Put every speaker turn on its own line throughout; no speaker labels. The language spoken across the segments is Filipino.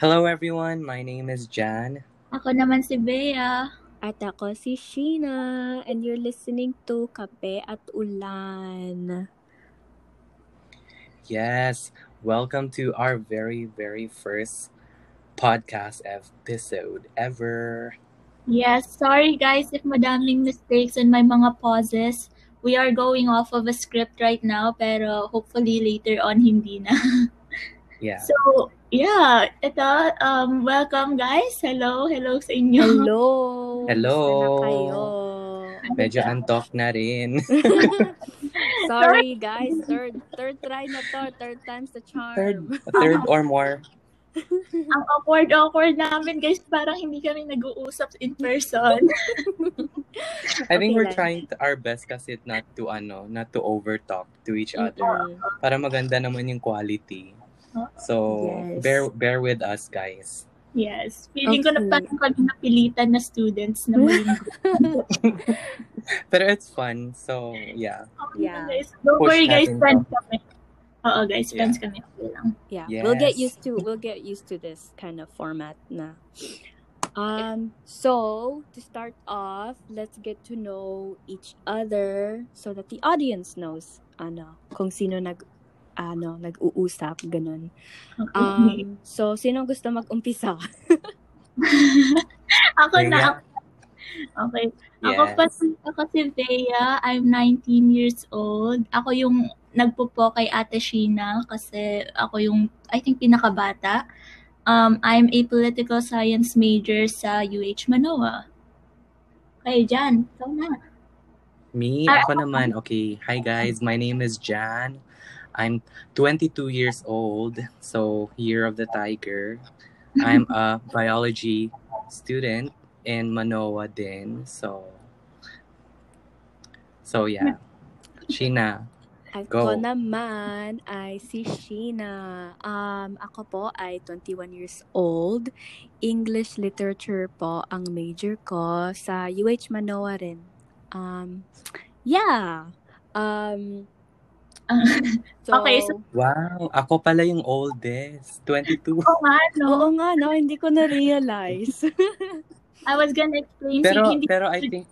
Hello everyone, my name is Jan.
Ako naman si Bea.
At ako si Sheena, and you're listening to Kape at Ulan.
Yes, welcome to our very, very first podcast episode ever.
Yes, sorry guys if madaming mistakes and may mga pauses. We are going off of a script right now, pero hopefully later on hindi na.
Yeah.
So, yeah, ito, um, welcome guys. Hello, hello sa inyo.
Hello!
Hello.
Kamusta na kayo?
Medyo antok na rin.
Sorry guys, third third try na to, third time's the charm.
Third, third or more.
Ang awkward-awkward namin guys, parang hindi kami nag-uusap in person.
I think
Okay
we're
lang.
trying to- our best kasi not to ano, not to overtalk to each other.
Mm-mm.
Para maganda naman yung quality. So,
Yes.
bear bear with us guys.
Yes, feeling ko na
Okay.
parang kami napilitan na students na muli.
Mm.
Pero it's fun. So, yeah.
Oh,
Yeah.
guys. Don't
Push
worry guys,
natin to.
friends kami. Oo guys,
Yeah.
friends kami. Okay lang.
Yeah, we'll get
Yes.
used to we'll get used to this kind of format na. Um, so to start off, let's get to know each other so that the audience knows ano kung sino nag ano nag-uusap ganun.
Okay.
Um, so sino gusto mag-umpisa?
ako
Bea?
na. Okay. Ako
Yes.
pa si- ako si Bea. I'm 19 years old. Ako yung nagpupo kay Ate Sheena kasi ako yung, I think, pinakabata. Um, I'm a political science major sa UH Manoa. Okay, Jan. Ikaw na.
Me,
Ah,
ako naman. Okay. Hi guys, my name is Jan. I'm 22 years old, so year of the tiger. I'm a biology student in Manoa din. So So yeah. Sheena. Go.
Ako naman ay si Sheena. Um, ako po ay 21 years old. English literature po ang major ko sa UH Manoa rin. Um, yeah. Um, so,
Okay, so-
Wow, ako pala yung oldest. 22.
Oo nga, no?
oo nga, no, hindi ko na-realize.
I was gonna explain.
Pero
Sige, hindi.
pero I think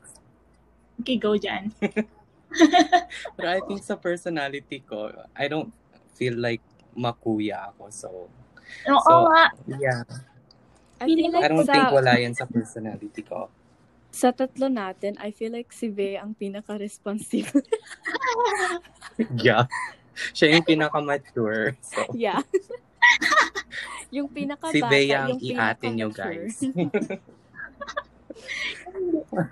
Okay, go, Jan.
pero I think sa personality ko, I don't feel like makuya ako. So
Oo
So,
nga.
yeah,
I feel like
I don't
sa,
ah.
think wala yan sa personality ko.
sa tatlo natin, I feel like si Bea ang pinaka-responsive.
Yeah. Siya yung pinaka-mature. So,
Yeah. yung pinaka
si Bea ang
yung
iatin nyo,
pinaka-mature.
guys.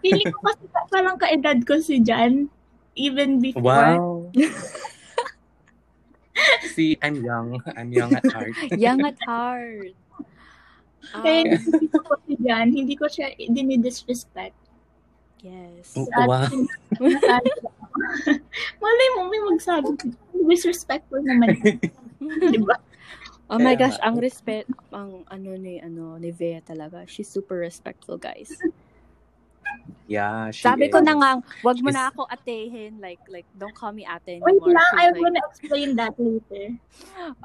Feeling ko kasi pa- parang kaedad ko si Jan. Even before.
Wow. See, I'm young. I'm young at heart.
Young at heart.
Ah.
Um,
Kaya hindi ko si Jan, hindi ko siya dinidisrespect.
Yes.
Wow.
Malay mo, may magsabi. Disrespectful naman. diba?
Oh my
Kaya
gosh,
nga.
ang respect ang ano ni ano ni Bea talaga. She's super respectful, guys.
Yeah, she
Sabi ko
is.
na nga, wag mo
She's-
na ako atehin. Like, like, don't call me
Wait
ate anymore.
lang,
She's
I'm
like,
gonna explain that later.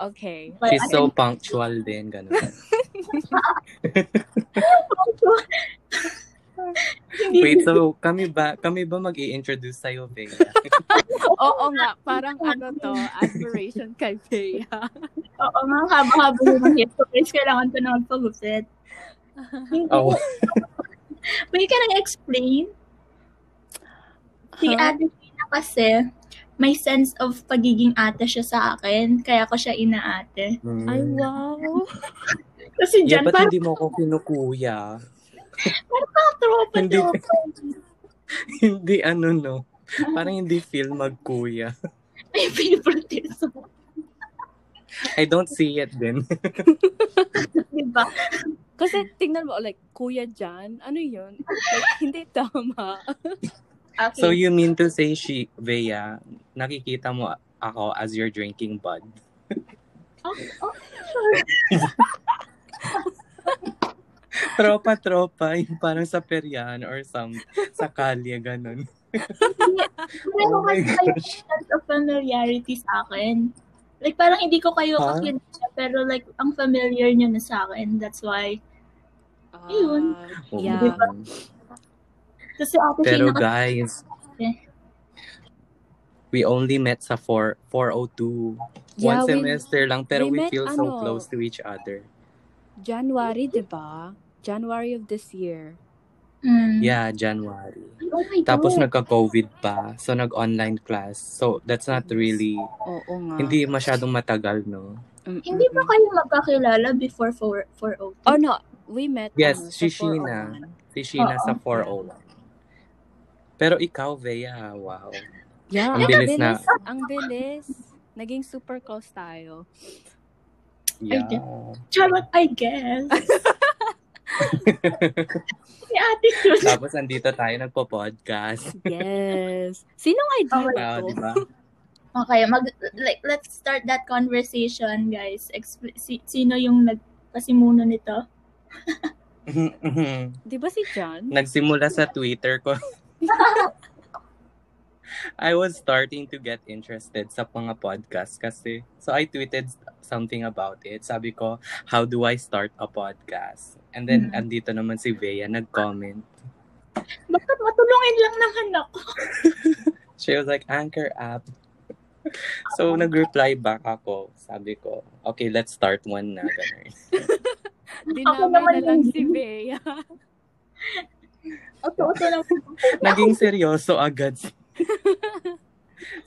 okay.
But
She's
I
so punctual din. Ganun.
think-
Wait, so kami ba kami ba mag introduce sa'yo, Bea?
Oo nga, parang ano to, admiration kay Bea.
Oo nga, haba-haba yung hit ko. Guys, kailangan ko na magpagupit. Hindi.
Oh,
May ka nang explain? Si
Huh?
ate Tina kasi, may sense of pagiging ate siya sa akin, kaya ko siya inaate.
mm.
Ay, wow.
Kasi
Yeah,
dyan,
ba't
parang
hindi mo ako kinukuya?
tropa
Hindi.
to.
hindi ano, no? Parang hindi feel magkuya.
May favoritism.
I don't see it din.
Diba?
Kasi tingnan mo, like, kuya Jan, ano yun? Like, hindi tama.
Okay.
So you mean to say she Bea, nakikita mo ako as your drinking bud?
Oh, oh, sure.
Tropa-tropa, yung parang sa peryan or some sa kalye, ganun.
Pero
Oh my
kasi may sense of familiarity sa akin. Like, parang hindi ko kayo
Huh?
kakilala, pero like, ang familiar nyo na sa akin. That's why.
Ah,
Ayun.
yeah.
Kasi ate
Pero
Sheena,
guys,
Eh.
we only met sa 4, 402. One
Yeah, we-
semester lang, pero we,
we met,
feel so
ano,
close to each other.
January, di ba? January of this year.
mm.
Yeah, January.
Oh my
Tapos
God.
nagka-COVID pa, so nag-online class. So that's not really,
Oo nga. Mm,
hindi masyadong matagal, no?
Mm-mm.
Hindi ba kayo magkakilala before 4, 402?
Oh, no. We met.
Yes,
ano, sa
si Sheena.
401.
Si Sheena
Oo.
sa 401. Pero ikaw, Vea, wow.
Yeah,
Ang bilis na.
Ang bilis. Naging super close tayo.
Yeah.
Charot, I guess. si ate Cruz.
Tapos andito tayo nagpo-podcast.
Yes. Sinong idea
Oh,
Wow,
ito?
di ba?
Okay, mag, like, let's start that conversation, guys. Expl- si, sino yung nagpasimuno nito?
Di ba si John?
Nagsimula sa Twitter ko. I was starting to get interested sa mga podcast kasi. So I tweeted something about it. Sabi ko, how do I start a podcast? And then
Mm.
andito naman si Vea nag-comment.
Bakit matulungin lang naman ako?
She was like, Anchor app. So nag-reply back ako. Sabi ko, okay, let's start one na. Ganun.
Dinamay
naman
na lang
yun.
si Bea.
Oto-oto lang.
Naging seryoso agad. si-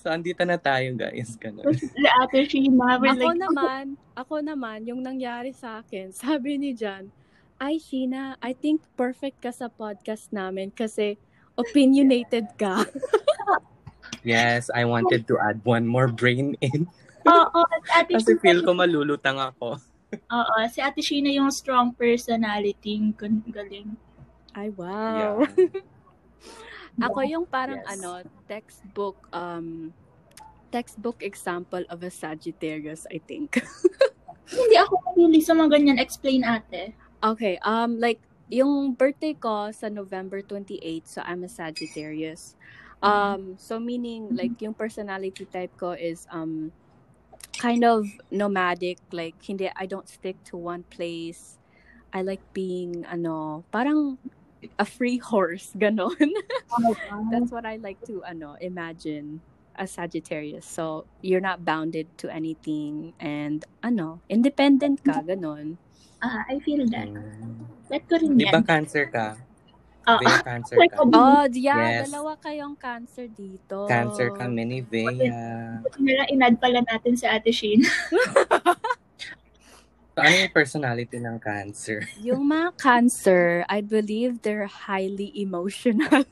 so andito na tayo guys. Ganun.
Si ate Sheena. We're
Ako
like,
naman, ako naman, yung nangyari sa akin, sabi ni John, ay, Sheena, I think perfect ka sa podcast namin kasi opinionated ka.
Yes, I wanted to add one more brain in.
Oo, at ate
Kasi
Sheena-
feel ko malulutang ako.
Oo, si Ate Sheena yung strong personality. Ang gan- galing.
Ay,
Yeah.
wow. Ako yung parang
Yes.
ano, textbook um textbook example of a Sagittarius, I think.
Hindi ako mahili sa mga ganyan. Explain, ate.
Okay, um like yung birthday ko sa November 28, so I'm a Sagittarius. Um so meaning like yung personality type ko is um kind of nomadic, like hindi I don't stick to one place. I like being ano, parang a free horse ganon. That's what I like to ano, imagine as Sagittarius. So, you're not bounded to anything and ano, independent ka, ganon.
Ah, I feel that.
Mm.
That ko rin
Di ba
yan.
cancer ka?
Oo.
Vea, cancer
Sorry,
ka.
kabog.
Oh, yeah,
Yes.
dalawa kayong cancer dito.
Cancer ka, mini Vea.
Nila, inad pala natin sa Ate Sheena.
So, ano yung personality ng cancer?
Yung mga cancer, I believe they're highly emotional.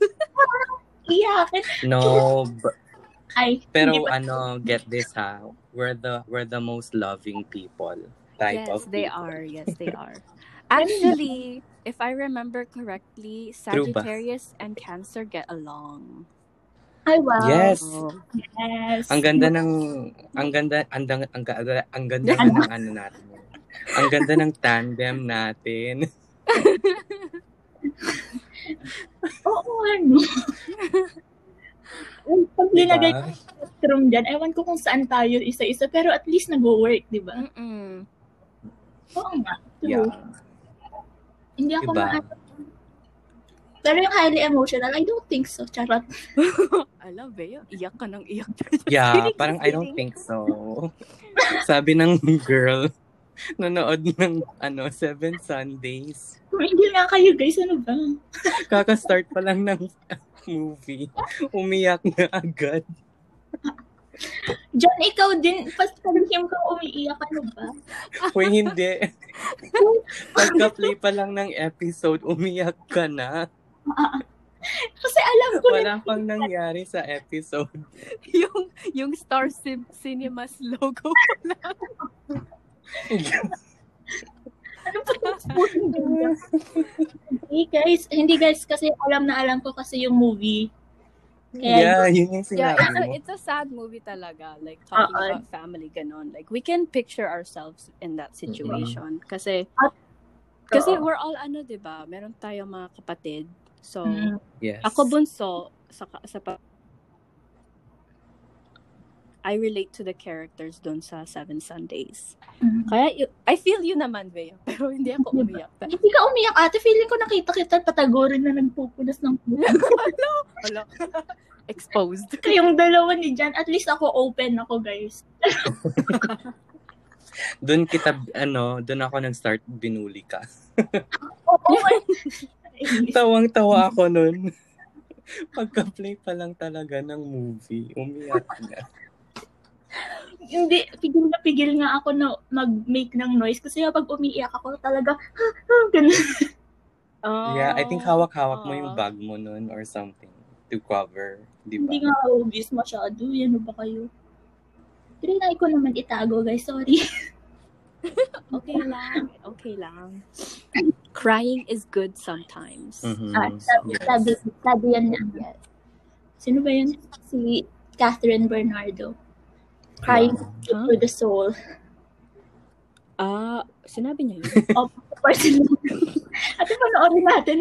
Yeah, but
No, b-
ay. hindi
pero
ba-
ano, get this ha. We're the we're the most loving people type
yes,
of
they
people.
are. Yes, they are. Actually, if I remember correctly,
True ba?
Sagittarius and Cancer get along.
Ay, wow.
Yes.
So,
Yes.
Ang ganda ng ang ganda ang ang, ang, ga- ang ganda ng ano natin. Ang ganda ng tandem natin.
Oo, ano. Ay, Pag linagay ko
Diba?
yung spectrum dyan, ewan ko kung saan tayo isa-isa, pero at least nag-work, di ba?
mm-mm.
Oo nga. True.
Yeah.
Hindi ako
Diba?
ma- Pero yung highly emotional, I don't think so. Charot.
Alam, Bea, iyak ka ng iyak.
Yeah,
Kidding,
parang I
kidding.
don't think so. Sabi ng girl, nanood ng ano, Seven Sundays.
Hindi nga kayo, guys. Ano ba?
Kaka-start pa lang ng movie. Umiyak na agad.
John, ikaw din. Pastalihim kang umiiyak. Ano ba?
Uy, hindi. Pagka-play pa lang ng episode, umiyak ka na.
Kasi alam ko na
Wala pang nangyari sa episode.
yung yung Star Sim Cinemas logo pa lang.
ano ba yung Hindi guys, hindi guys kasi alam na alam ko kasi yung movie.
yeah,
Kaya
yun yung
Yeah,
sinabi
it's a,
mo.
it's a sad movie talaga. Like talking
Oo.
about family ganon. Like we can picture ourselves in that situation kasi
At-
kasi
Oo.
we're all ano, 'di ba? Meron tayong mga kapatid. So,
Mm.
Yes.
ako bunso sa ka- sa pa- I relate to the characters doon sa Seven Sundays.
Mm.
Kaya, y- I feel you naman, Bea. Pero hindi ako umiyak.
Hindi ka umiyak ate, feeling ko nakita kita patagorin na nagpupunas ng
Wala. Exposed.
Kayong dalawa ni Jan, at least ako open ako guys.
Doon kita, ano, doon ako nag-start binuli ka.
Oo.
Tawang-tawa ako nun. Pagka-play pa lang talaga ng movie, umiyak na.
Hindi, pigil na pigil nga ako na mag-make ng noise kasi kapag umiiyak ako talaga, ah, ganun.
Yeah, I think
Oh.
hawak-hawak mo yung bag mo nun or something to cover, di ba?
Hindi nga obvious masyado, yan ano ba kayo? Trinay ko naman itago guys, sorry.
Okay lang. Okay lang. Crying is good sometimes.
Mhm.
Ah, sabi,
Yes.
sabi, sabi yan ni Ariel. Sino ba yun? Si Catherine Bernardo. Crying
Huh?
for the soul.
Ah, sinabi niya yun.
of person. At panoorin natin.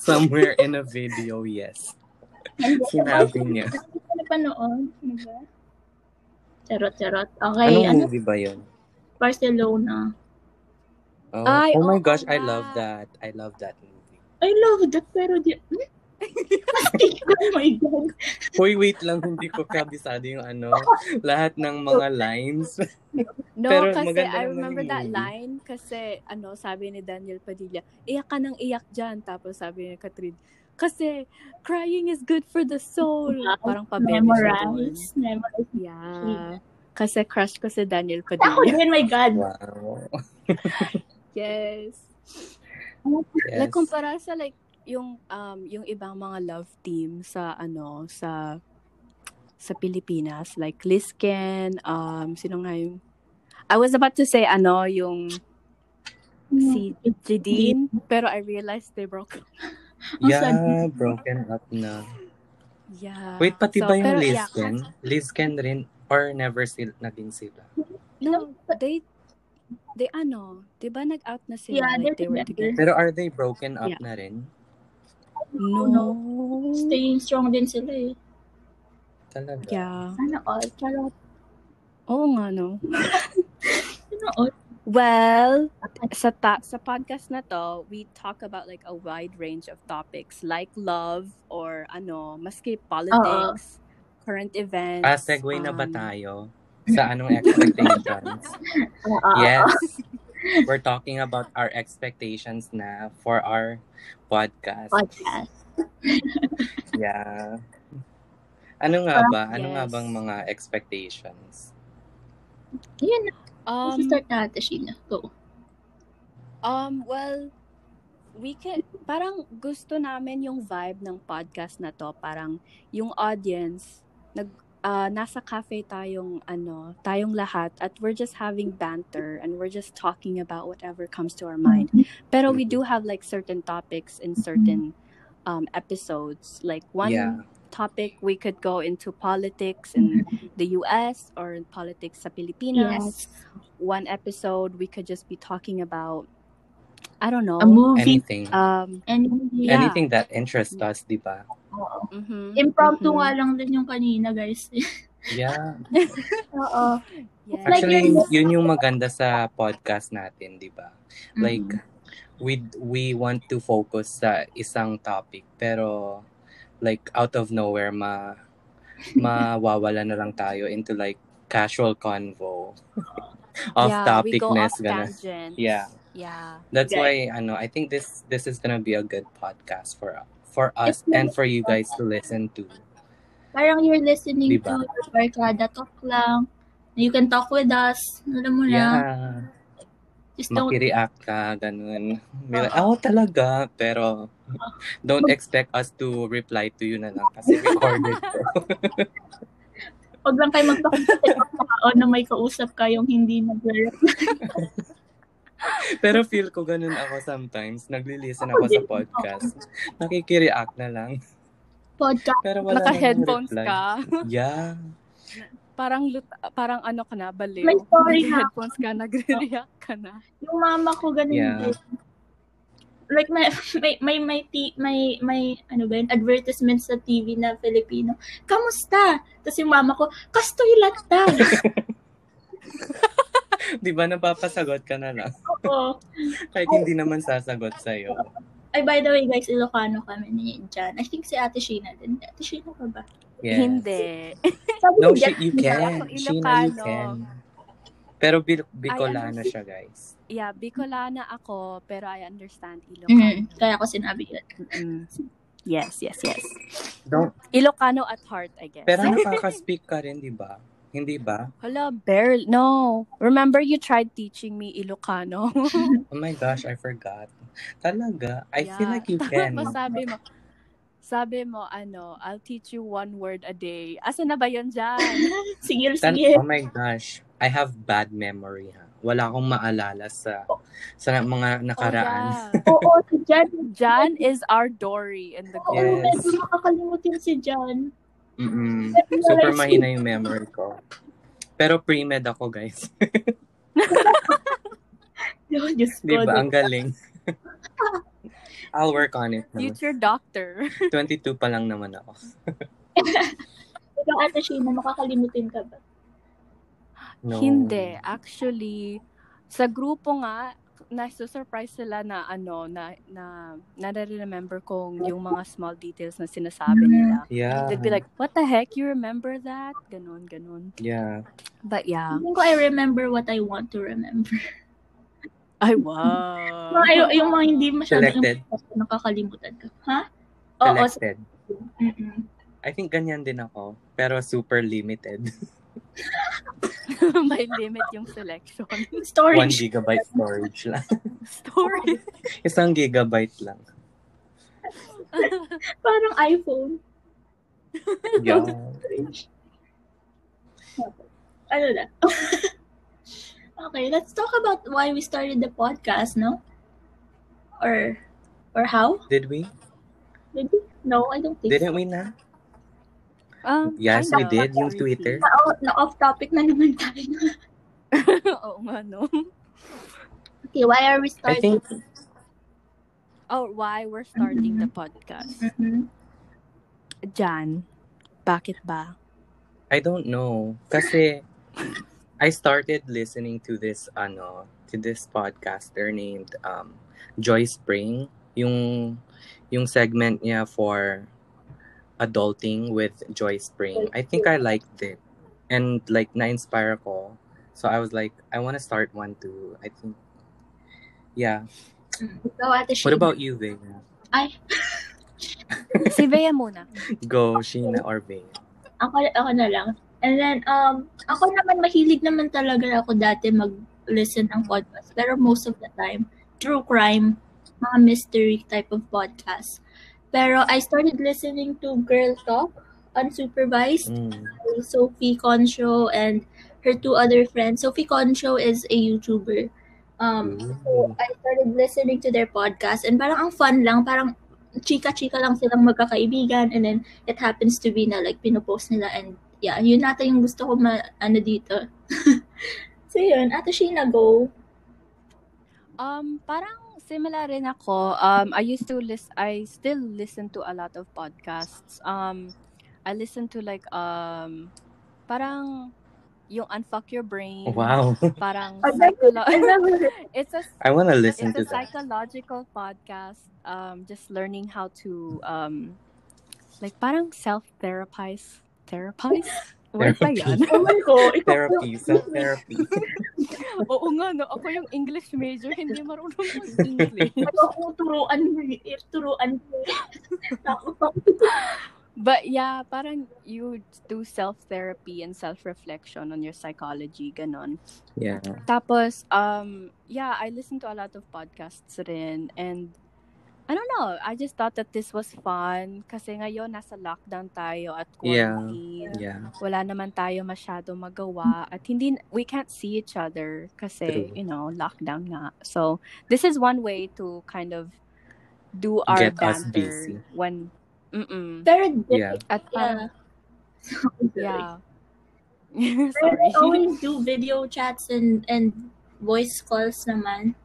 Somewhere in a video, yes. Sinabi niya.
Hindi ko napanood. Ano ba? Charot, charot.
Anong
Okay, ano?
movie ba yun?
Barcelona.
Oh,
Ay,
oh my
oo
gosh, I
nga.
love that. I love that movie.
I love that, pero di... Hmm? oh my God.
Hoy, wait lang, hindi ko kabisado yung ano, lahat ng mga lines.
No,
Pero
kasi
maganda
I
naman
remember
yung
that
movie.
line kasi ano, sabi ni Daniel Padilla, iyak ka ng iyak dyan. Tapos sabi ni Katrin, kasi crying is good for the soul. Parang pabebe siya doon.
Memorize. Memorize.
Yeah. Kasi crush ko si Daniel
Ako
Padilla.
din, my God.
Wow.
yes.
Yes.
Like, kumpara sa like, yung, um, yung ibang mga love team sa, ano, sa, sa Pilipinas. Like, Lisken, um, sino nga yung, I was about to say, ano, yung si Jadine, pero I realized they broke up.
Ang
oh,
sad.
yeah, broken up na.
Yeah.
Wait, pati
So,
ba yung
pero, yeah.
Lizken? Lizken rin or never sil naging sila?
Hmm.
No, they, they ano, di ba nag-out na sila?
Yeah,
like, they
they're
were
together.
together.
Pero are they broken up
Yeah.
na rin?
No.
Staying strong din sila eh.
Talaga.
Yeah.
Sana all. Charot.
Oo nga, no.
Sana all.
Well, sa, ta- sa podcast na to, we talk about like a wide range of topics like love or ano, maski politics, current events.
Ah, segue na ba
um,
tayo sa anong expectations?
Oo.
yes. We're talking about our expectations na for our podcast.
Podcast.
Yeah. Ano nga ba? Ano nga
yes.
bang mga expectations?
Yun na.
Um,
start na natin, Sheena. Go.
Um, well, we can, parang gusto namin yung vibe ng podcast na to. Parang yung audience, nag, ah, nasa cafe tayong, ano, tayong lahat at we're just having banter and we're just talking about whatever comes to our mind. Pero we do have like certain topics in certain um, episodes. Like one
Yeah.
topic, we could go into politics in the US or politics sa
Yes.
Pilipinas one episode we could just be talking about I don't know.
A movie.
Anything.
Um
And,
Yeah.
Anything that interests us, di ba?
Oo.
mhm,
Impromptu
mhm.
nga lang din yung kanina, guys.
Yeah.
Oo.
Yes.
Like
Actually,
your-
yun yung maganda sa podcast natin, di ba?
Mm-hmm.
Like, we we want to focus sa isang topic, pero like out of nowhere ma mawawala na lang tayo into like casual convo off
yeah, we go
topicness
off
gonna.
tangents.
Yeah.
Yeah.
That's
Right.
why ano, I think this this is gonna be a good podcast for for us
It's-
and for you guys to listen to.
Parang you're listening
Diba?
to your barkada talk lang. You can talk with us. Alam mo na.
Yeah.
Just don't...
makireact ka, ganun. May- Oh, talaga. Pero, don't expect us to reply to you na lang kasi recorded to.
Huwag lang kayo magpakita ng tao na may kausap kayong hindi nag-reply.
Pero feel ko ganun ako sometimes. Nagli-listen ako sa podcast. Nakikireact na lang.
Podcast.
Pero wala namang
Naka-headphones
reply.
ka.
Yeah.
Parang lut- parang ano ka na, baliw.
May story na.
headphones ka, nagre-react ka na.
Yung mama ko ganun
Yeah.
din. like may may may may, t- may, may ano ba yun, advertisement sa TV na Filipino. Kamusta? Tapos yung mama ko, kastoy latan.
Di ba napapasagot ka na lang?
Oo.
Kahit hindi naman sasagot sa'yo.
Ay, by the way, guys, Ilocano kami ni Jan. I think si Ate Sheena din. Ate Sheena ka ba?
Yes.
Hindi.
Sabi
No,
ni
she,
Jan-
you
Hindi
can.
ako
Sheena, you
Ilocano.
can. Pero Bil-
Ay,
Bicolano
ano?
siya, guys.
Yeah, Bicolana ako, pero I understand Ilocano.
Mm, kaya ko sinabi yun.
Mm. Yes, yes, yes.
Don't,
Ilocano at heart, I guess.
pero nakaka-speak ka rin, di ba? Hindi ba?
Hala, barely. No. Remember you tried teaching me Ilocano?
Oh my gosh, I forgot. Talaga, I feel
Yeah.
like you can.
Tapos sabi mo, sabi mo, ano, I'll teach you one word a day. Asa na ba yun dyan?
Sige,
Tan-
sige.
oh my gosh, I have bad memory ha. Wala akong maalala sa sa mga nakaraan.
Oh, yeah.
Oo, si Jan.
Jan is our Dory in the
Oo,
group.
Yes.
medyo makakalimutin si Jan.
Mm-mm.
Pero
Super
nalais-
mahina yung memory ko. Pero pre-med ako, guys.
Oh, Diyos ko.
Di ba? Ang galing. I'll work on it. naman.
Future doctor.
22 pa lang naman ako.
Ikaw, Diba, Ate Sheena, makakalimutin ka ba?
No.
Hindi. Actually, sa grupo nga, nasusurprise sila na ano, na, na, nare-remember kong yung mga small details na sinasabi nila.
Yeah.
They'd be like, what the heck? You remember that? Ganon, ganon.
yeah.
But yeah.
Hindi ko I remember what I want to remember.
Ay, wow.
Mga- yung, yung mga hindi masyadong
Selected.
important, nakakalimutan ka. Ha? Oo.
Selected.
mm-mm.
I think ganyan din ako. Pero super limited.
May limit yung selection.
1
Storage.
gigabyte storage lang.
Story.
Isang gigabyte lang.
Parang iPhone.
Yeah.
Storage. Ano na? okay, let's talk about why we started the podcast, no? Or or how?
Did we?
Did we? No, I don't think
Didn't we na?
Um,
Yes, we
kind of,
did, yung
briefly.
Twitter.
Na, oh, na off topic na naman tayo.
Oo nga, no?
okay, why are we
I think
starting?
Oh, why we're starting the podcast.
Mhm.
Jan, bakit ba?
I don't know. Kasi I started listening to this ano, to this podcaster named um Joy Spring, yung yung segment niya for adulting with Joy Spring. I think I liked it and like na-inspire ako. So I was like I want to start one too. I think Yeah.
Ikaw, Ate
What
Sheena.
about you, Vega?
Ay,
Si Bea muna.
Go, Sheena or Vega?
ako, ako na lang. And then, um, ako naman, mahilig naman talaga ako dati mag-listen ng podcast. Pero most of the time, true crime, mga mystery type of podcast. Pero I started listening to Girl Talk, unsupervised,
Mm.
by Sophie Concho and her two other friends. Sophie Concho is a YouTuber. Um,
Ooh.
So, I started listening to their podcast and parang ang fun lang, parang chika-chika lang silang magkakaibigan and then it happens to be na like pinopost nila and yeah, yun ata yung gusto ko ma, ano dito. so yun, Ate Sheena, go.
Um, parang similar rin ako. Um, I used to list, I still listen to a lot of podcasts. Um, I listen to like, um, parang yung Unfuck Your Brain.
Wow.
Parang
I never- I
psycholo-
never heard
it's a
I want to listen
it's
to
a
that.
psychological podcast um just learning how to um like parang self therapize therapize word ba yan
naman ko. Ikaw,
Therapy, self-therapy.
oo nga no ako yung English major hindi marunong mag English
Ikaw kung turuan mo, eh, turuan mo. Takot ako.
but yeah parang you do self therapy and self reflection on your psychology ganon
Yeah.
Tapos, um, yeah, I listen to a lot of podcasts rin. And, I don't know, I just thought that this was fun. Kasi ngayon, nasa lockdown tayo at
Yeah.
quarantine.
Yeah.
Wala naman tayo masyado magawa. At hindi, we can't see each other kasi,
True.
you know, lockdown nga. So, this is one way to kind of do our
Get us busy.
banter when, mm-mm.
Pero,
Yeah.
At parang,
yeah.
yeah.
Pero
Sorry.
I always do video chats and and voice calls naman.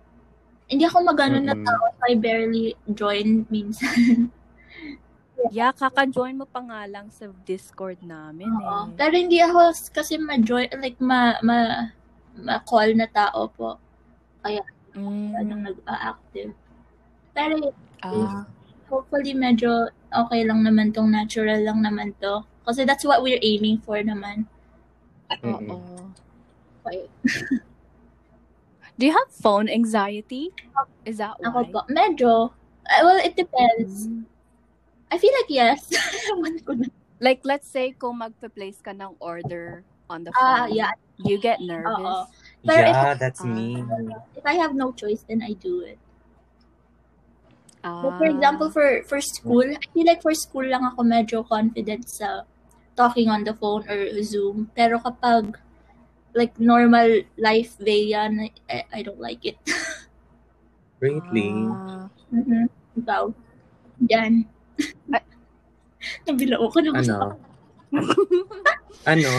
Hindi ako maganon na
Mm-mm.
tao. so I barely join minsan.
Yeah, kaka-join mo pa nga lang sa Discord namin
Oo.
eh.
Pero hindi ako s- kasi ma-join, like, ma, ma, ma-call na tao po.
Mm,
Anong nag-active. Pero
ah,
hopefully medyo okay lang naman tong natural lang naman to. Kasi that's what we're aiming for naman.
oo.
Okay.
Do you have phone anxiety? Is that why?
Ako po, medyo, uh, well, it depends.
Mm.
I feel like yes. Ewan ko na.
Like, let's say kung magpa-place ka ng order on the
Ah,
phone,
yeah.
you get nervous.
Oo. Pero ah, if-
Yeah, that's me.
If I have no choice, then I do it.
Ah.
But for example, for for school, I feel like for school lang ako medyo confident sa talking on the phone or Zoom. Pero kapag like normal life way yan, I, I don't like it.
Really?
Ah.
Mhm. Ikaw. Yan.
Ay.
Nabilao ko naman.
Ano? ano?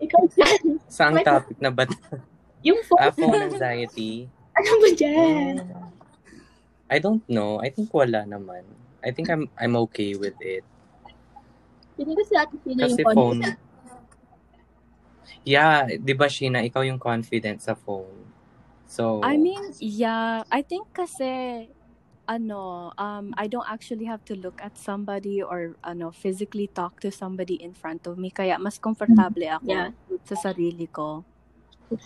Ikaw dyan.
Saang
Wait.
topic na ba?
Yung phone.
Ah, phone anxiety?
Ano ba dyan?
I don't know. I think wala naman. I think I'm I'm okay with it.
Hindi ko sa atin sino yung
Kasi phone...
phone.
Yeah, di ba Sheena, ikaw yung confident sa phone. So,
I mean, yeah, I think kasi ano, um I don't actually have to look at somebody or ano physically talk to somebody in front of me kaya mas komportable ako
Mm-hmm. Yeah.
sa sarili ko.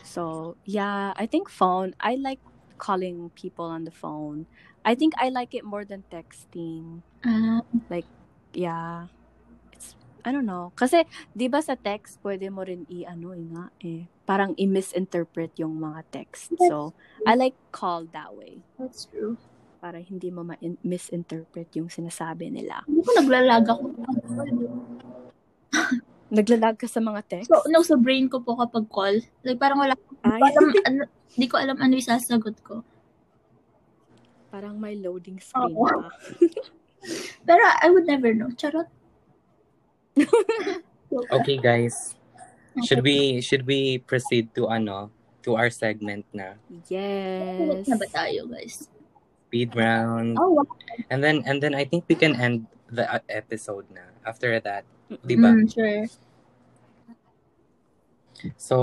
So, yeah, I think phone, I like calling people on the phone. I think I like it more than texting.
Ah,
Yeah. It's I don't know. Kasi 'di ba sa text pwede mo rin i-ano eh, nga eh, parang i-misinterpret yung mga text.
That's
So, I like call that way
that's true.
para hindi mo ma-misinterpret yung sinasabi nila.
Hindi ko naglalag ako.
Naglalag ka sa mga text?
So, no, sa brain ko po kapag call. Like, parang wala.
Ay,
Hindi ko alam, ano, di ko alam ano yung sasagot ko.
parang may loading screen
Oo.
pa.
Pero I would never know. Charot.
okay guys, Oh, should we should we proceed to ano, to our segment na
Yes.
Yes.
na ba tayo, guys?
speed round.
Oh, wow.
And then and then I think we can end the uh, episode na after that, di ba?
Mm, sure.
So,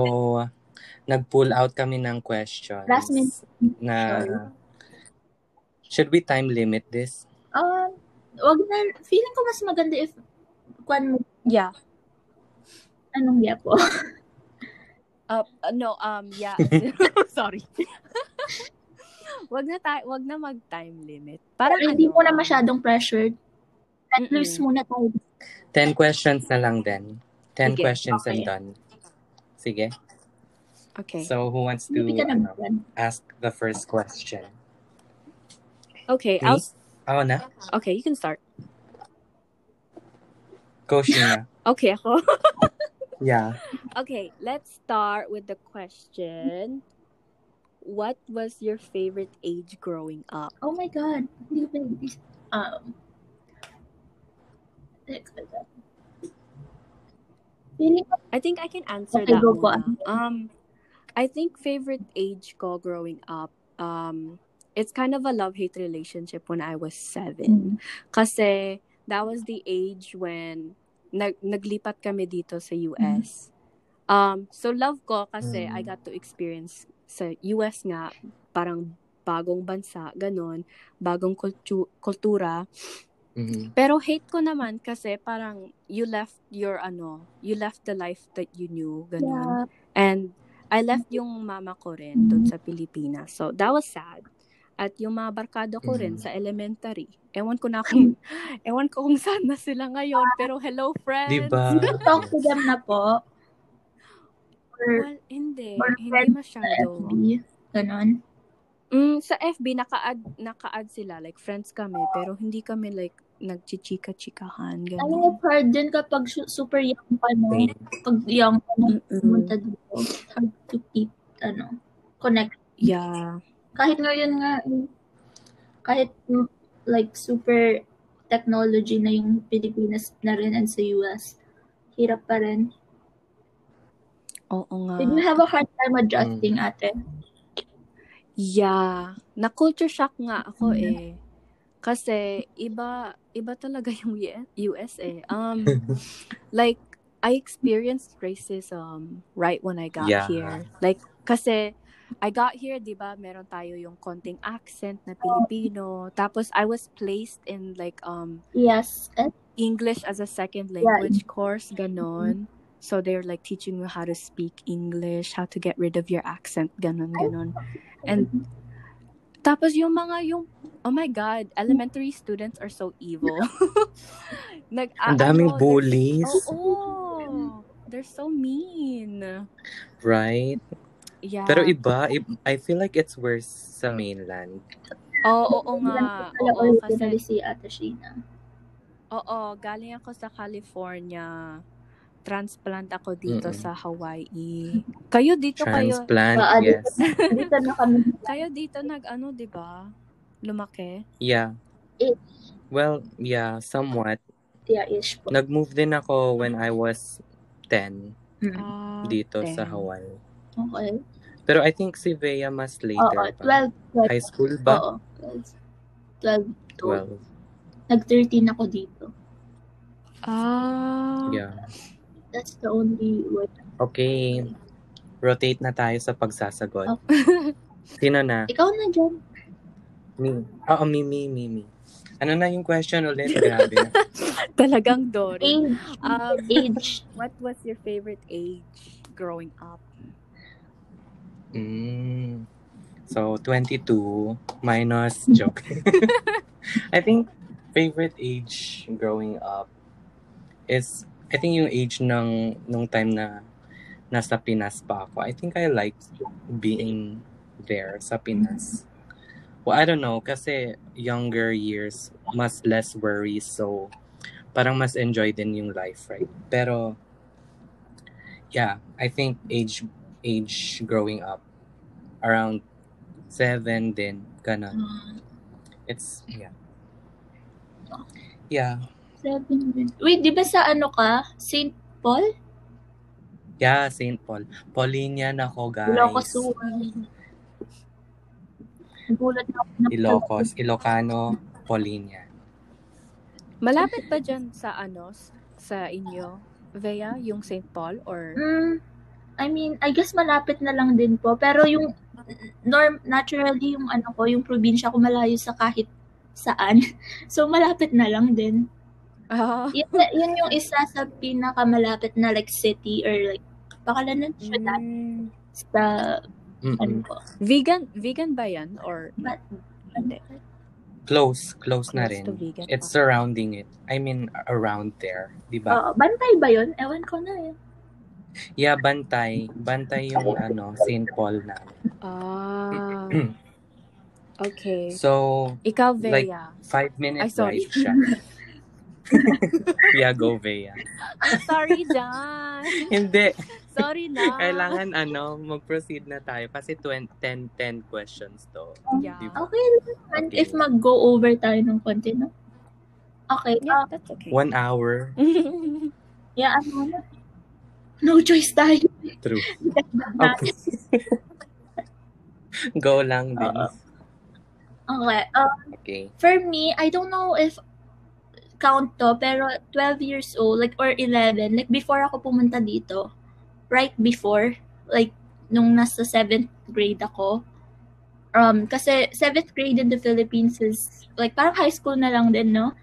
nag-pull out kami ng questions.
Last minute.
Na, should we time limit this?
Um, wag na, feeling ko mas maganda if, kwan mo,
Yeah.
anong oh. niya po.
Uh, uh, no, um, yeah. Sorry. wag na tayo, wag na mag time limit. Parang
Hindi
ano,
mo na masyadong pressured. At
Mm-mm.
loose muna tayo.
10 questions na lang din. 10
Sige,
questions and
okay.
done. Sige.
Okay.
So, who wants to
Hindi ka
ano,
na ba?
ask the first question?
okay,
Me?
I'll,
Ako na?
okay, you can start.
Go, Sheena.
Okay, ako.
yeah.
Okay, let's start with the question. What was your favorite age growing up?
Oh my God. Hindi ko pinag- Um, teka lang. Feeling ko,
I think I can answer
Okay,
that
go po.
muna. Um, I think favorite age ko growing up, um, it's kind of a love-hate relationship when I was seven. Kasi that was the age when nag naglipat kami dito sa US. Um, so love ko kasi
Mm.
I got to experience sa US nga parang bagong bansa, ganun, bagong kultu- kultura.
Mhm.
Pero hate ko naman kasi parang you left your ano, you left the life that you knew, ganun.
yeah.
And I left yung mama ko rin doon sa Pilipinas. So that was sad. At yung mga barkada ko rin
Mm.
sa elementary. Ewan ko na kung, ewan ko kung saan na sila ngayon. Pero hello, friends!
Di ba?
You can talk to them na po. Or,
Well, hindi.
Or
Hindi
friends
masyado.
FB. Ganon.
Mm, sa FB, naka-add, naka-add sila. Like, friends kami. Pero hindi kami like,
I
nagchichika-chikahan.
mean,
Ganun.
I've heard din kapag su- super young pa, no?
Same.
Pag young pa, no?
Mm-mm.
Pumunta dito. Hard to keep, ano, connect.
Yeah.
Kahit ngayon nga, eh, kahit mm, like super technology na yung Pilipinas na rin and sa US, hirap pa rin.
Oo nga.
Mm.
Did you have a hard time adjusting, ate?
Yeah. Na-culture shock nga ako eh. Kasi iba iba talaga yung U- US eh. Um like I experienced racism right when I got
Yeah.
here. Like kasi I got here, 'di ba, meron tayo yung konting accent na Pilipino. Tapos I was placed in like um
Yes. Eh,
English as a second
Yeah.
language course, ganon. So they're like teaching you how to speak English, how to get rid of your accent, ganon, ganon. And tapos yung mga yung, oh my God, elementary students are so evil. Nag,
Ang daming
Ah, ano, oh,
bullies,
they're- Oo, they're so mean.
right?
Yeah.
Pero iba, i- I feel like it's worse sa mainland.
Oo, oo, nga.
Ilan ko pala
Oo,
originally si
kasi,
Ate Sheena.
oo, galing ako sa California. Transplant ako dito
Mm-mm.
sa Hawaii. Kayo dito kayo.
Transplant,
Ah, di-
yes.
Dito na kami.
Kayo dito nag-ano, di ba? Lumaki?
Yeah.
It-
Well, yeah, somewhat.
Yeah-ish po.
Nag-move din ako when I was 10
Ah,
dito sa
ten.
Hawaii.
Okay.
Pero I think si Vea mas
Oo,
later pa.
12. 12.
High school ba?
Oo, 12. 12.
12.
Nag-13 ako dito.
Ah.
Yeah.
That's the only way.
Okay. Rotate na tayo sa pagsasagot.
Oh.
Sino na?
Ikaw na dyan.
Mi. Oo, Mimi, Mimi. Ano na yung question ulit? Grabe.
Talagang Dory.
Age.
Um,
Age.
what was your favorite age growing up?
Mm. So, 22 minus joke. I think favorite age growing up is, I think yung age ng, nung time na nasa Pinas pa ako. I think I like being there sa Pinas. Well, I don't know, kasi younger years, mas less worries, so parang mas enjoy din yung life, right? Pero, yeah, I think age age growing up around seven din ganun
Mm.
Ah,
it's yeah yeah
Seven din. Wait, di ba sa ano ka? St. Paul?
yeah St. Paul Paulinian ako guys
Ilocos Suwan. Nagulat na ako. ng-
Ilocos Ilocano Paulinian
Malapit ba dyan sa ano, s- sa inyo? Vea, yung St. Paul or...
Mm, I mean, I guess malapit na lang din po. Pero yung norm, naturally, yung ano ko, yung probinsya ko malayo sa kahit saan. So, malapit na lang din.
Ah,
Yun, yun yung isa sa pinakamalapit na like city or like, pakalanan siya dati
mm,
sa ano
Mm-mm.
ko.
vegan, vegan ba yan or...
But,
Hindi.
close close na
Close
rin
to vegan.
it's surrounding it I mean around there di
Oh.
ba
oo, bantay ba yun? Ewan ko na eh.
yeah Bantay Bantay yung ano St. Paul na
Ah, okay.
so
Ikaw, Vea.
like- five minutes
Ay, sorry.
drive siya yeah go Vea
Ah, Sorry, John.
hindi
Sorry na.
Kailangan ano, mag-proceed na tayo kasi 20, 10, 10 questions to.
Yeah.
Di ba?
Okay lang. naman
Okay.
If mag-go over tayo ng konti, no? Okay. ah,
Yeah, that's okay.
One hour
yeah, ano na. No choice tayo.
through.
Okay.
Go lang din.
Oo. okay. ah,
Okay.
for me, I don't know if count to, pero 12 years old, like, or 11, like, before ako pumunta dito, right before, like, nung nasa 7th grade ako, um, kasi 7th grade in the Philippines is, like, parang high school na lang din, no?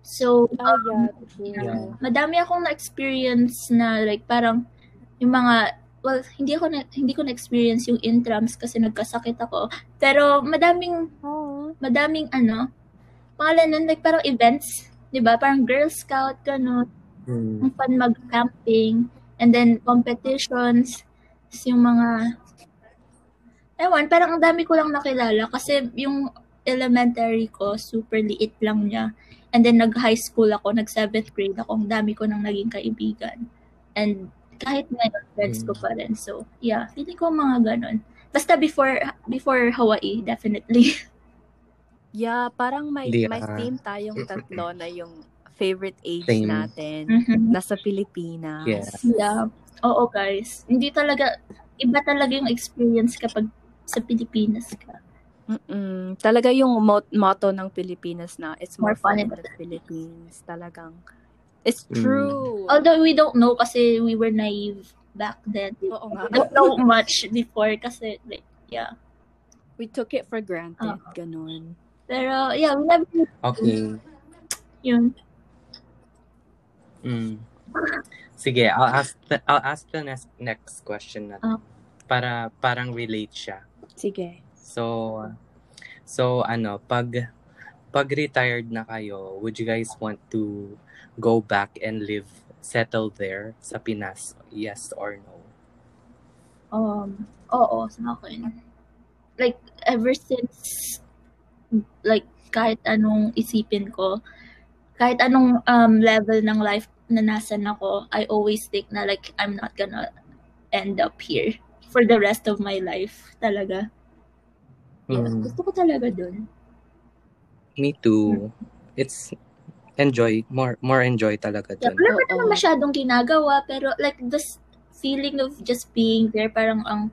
So, uh,
Oh, yeah.
Yeah.
madami akong na-experience na like parang yung mga well hindi ako na, hindi ko na-experience yung intrams kasi nagkasakit ako pero madaming
Oh.
madaming ano pangalan nun like parang events 'di ba parang girl scout ganun
Hmm.
ang fun mag-camping and then competitions tapos yung mga ewan parang ang dami ko lang nakilala kasi yung elementary ko super liit lang niya and then nag high school ako nag seventh grade ako ang dami ko nang naging kaibigan and kahit ngayon friends ko pa rin so yeah feeling ko mga ganun basta before before Hawaii definitely
Yeah, parang may
Yeah.
may theme tayong tatlo na yung favorite age
ah. Same.
natin.
Mhm.
Nasa Pilipinas.
Yeah.
Yeah. Oo, guys. Hindi talaga, iba talaga yung experience kapag sa Pilipinas ka.
Mm-mm. Talaga yung mo- motto ng Pilipinas na it's more,
More fun
fun in
in
the Philippines. Talagang, it's
Mm.
true.
Although we don't know kasi we were naive back then. We
Oo nga.
don't know much before kasi like, yeah.
We took it for granted. Ganun.
Pero yeah, we never knew
Okay.
yun.
Mm. Sige, I'll ask the, I'll ask the next, next question natin. Para parang relate siya.
Sige.
So, so ano, pag pag retired na kayo, would you guys want to go back and live settle there sa Pinas? Yes or no?
Um, oo, sa akin. Like, ever since, like, kahit anong isipin ko, kahit anong um, level ng life na nasan ako, I always think na like, I'm not gonna end up here for the rest of my life. Talaga. Yeah,
Mm,
Gusto ko talaga dun.
me too. It's enjoy more more enjoy talaga
Yeah,
dun.
wala ko
Oo.
naman masyadong ginagawa, pero like, this feeling of just being there, parang ang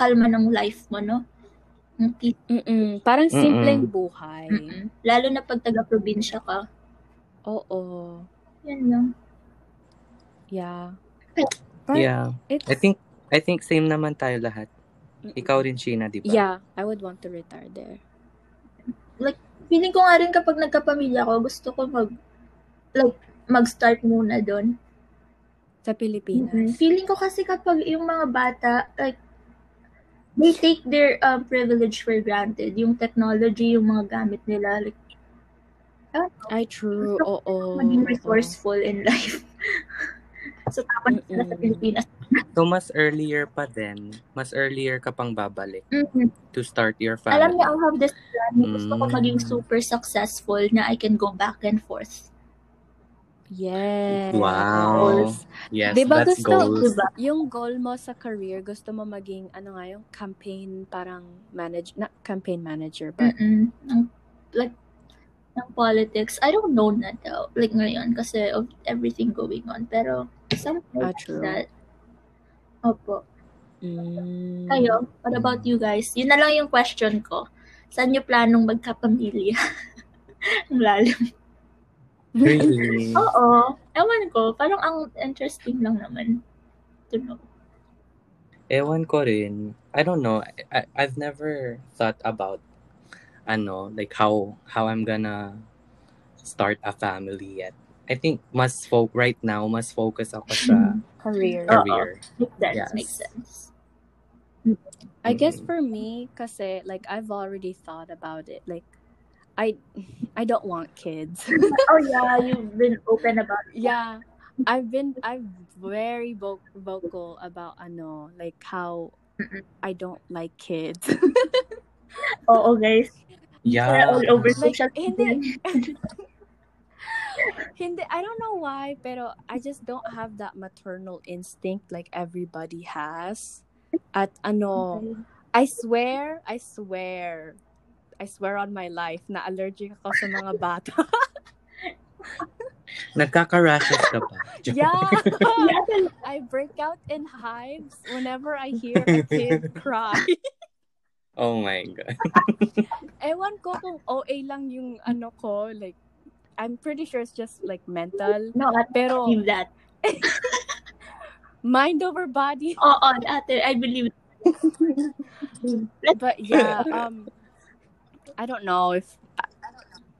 kalma ng life mo, no? Ang peace
Mm-mm. Parang
Mm-mm.
simpleng buhay.
Mm-mm. Lalo na pag taga-probinsya ka.
Oo.
Yun lang.
Yeah. But
Yeah.
It's,
I think I think same naman tayo lahat.
Mm-mm.
Ikaw rin Sheena, di ba?
Yeah, I would want to retire there.
Feeling ko nga rin kapag nagkapamilya ko, gusto ko mag, like, mag-start muna doon. Mm-hmm.
Sa Pilipinas.
Feeling ko kasi kapag yung mga bata, like, they take their um, privilege for granted. Yung technology, yung mga gamit nila, like, Mm-hmm.
Ay, true.
Gusto
Oo. oo.
maging resourceful in life. so, tapos
Mm-mm.
sila sa Pilipinas.
So mas earlier pa din, mas earlier ka pang babalik
Mhm.
to start your family.
Alam niya, I have this plan. Gusto ko
Mm.
maging super successful na I can go back and forth.
Yes.
Wow.
Goals.
Yes,
Di ba
that's
gusto-
goals.
Diba?
Yung goal mo sa career, gusto mo maging, ano nga, yung campaign, parang manage, not campaign manager, but
Mm-mm. Ng, like, ng politics. I don't know na daw. Like, ngayon, kasi of everything going on. Pero, something
Ah,
like
true.
that. Opo.
Mm.
Kayo, what about you guys? Yun na lang yung question ko. Saan nyo planong magkapamilya? ang lalim.
Really?
Mm.
Oo. Ewan ko. Parang ang interesting lang naman. To know.
Ewan ko rin. I don't know. I, I- I've never thought about ano, like how how I'm gonna start a family yet. I think mas fo- right now mas focus ako sa
Career.
Oh.
career.
Makes sense.
Yes.
Makes sense.
I guess
Mm.
for me, kasi, like, I've already thought about it. Like, I, I don't want kids.
Oh, yeah. You've been open about it.
yeah i've been i'm very vo- vocal about ano like how
Mm-mm.
i don't like kids
Oo, guys. We're
Yeah.
all over
Ah. like
social media.
hindi hindi i don't know why pero i just don't have that maternal instinct like everybody has at ano i swear i swear I swear on my life na allergic ako sa mga bata.
Nagkaka-rashes ka pa. Joke.
yeah.
Yeah, talaga.
I break out in hives whenever I hear a kid cry.
Oh my god.
Ewan ko kung OA lang yung ano ko, like, I'm pretty sure it's just like mental.
No, I
Pero-
believe that.
Mind over body.
Oo, ate, I believe that.
But yeah, um, I don't know if,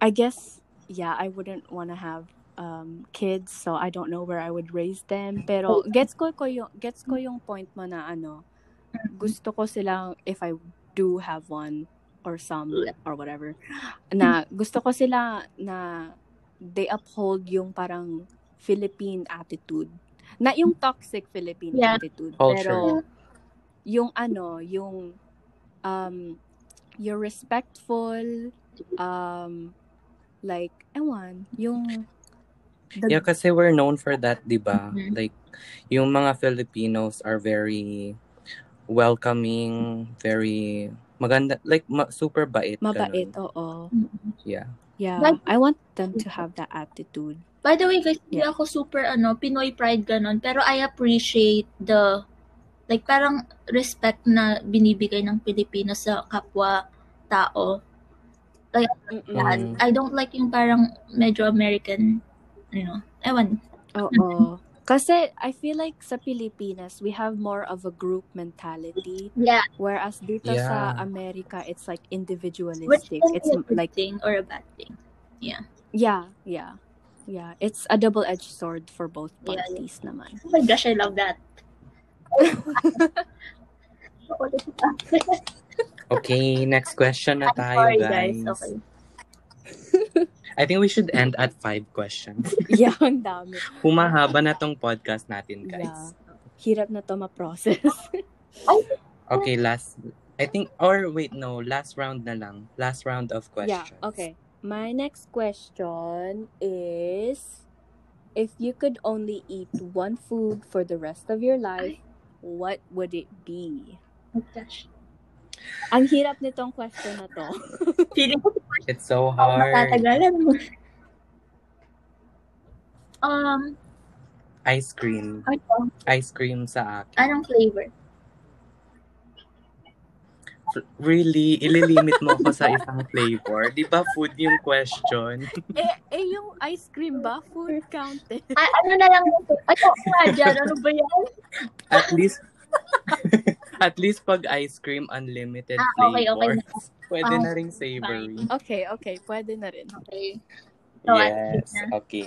I guess, yeah, I wouldn't want to have um, kids, so I don't know where I would raise them. Pero gets ko, ko yung, gets ko yung point mo na ano, gusto ko silang, if I do have one or some or whatever, na gusto ko sila na they uphold yung parang Philippine attitude. Na yung toxic Philippine
Yeah.
attitude.
Culture.
Pero yung ano, yung um, you're respectful, um, like, ewan, yung the-
Yeah, kasi we're known for that, 'di ba?
Mhm.
Like yung mga Filipinos are very welcoming, very maganda, like ma- super bait
mabait,
ganun.
oo.
Yeah.
Yeah,
Like-
I want them to have that attitude.
By the way, guys, hindi
Yeah.
ako super ano, Pinoy pride ganun, pero I appreciate the Like parang respect na binibigay ng Pilipino sa kapwa tao.
Mm-mm.
Yeah.
Yan. I don't like yung parang medyo American, ano, ewan.
Oo. Kasi I feel like sa Pilipinas, we have more of a group mentality.
Yeah.
Whereas dito sa
Yeah.
America, it's like
Which
individualistic.
can
It's
be a good
like,
thing or a bad thing.
yeah, yeah. Yeah, it's a double-edged sword for both
Yeah, yeah.
parties naman.
Oh my gosh, I love that.
Okay, next question na
I'm
tayo,
sorry,
guys.
Okay.
I think we should end at five questions.
yeah, ang dami.
Humahaba na tong podcast natin,
Yeah.
guys.
Hirap na to ma-process.
Okay, last... I think... Or wait, no. Last round na lang. Last round of questions.
Yeah, okay. My next question is if you could only eat one food for the rest of your life, what would it be?
Oh my gosh.
Ang hirap nitong question na to.
Feeling ko
It's so
Or...
hard.
matatagalan mo. Um,
Ice cream.
ano,
Ice cream sa akin.
anong flavor?
Really? Ililimit mo ko sa isang flavor? Di ba food yung question?
eh, eh, yung ice cream ba? Food counted.
Ay, ano na lang ito? Ay, oo nga dyan. Ano ba yan?
At least... at least pag ice cream, unlimited flavor.
Ah, okay, okay.
Pwede
Ah,
na ring savory.
fine.
Okay, okay. Pwede na rin.
Okay. So, I
Yes,
think
okay.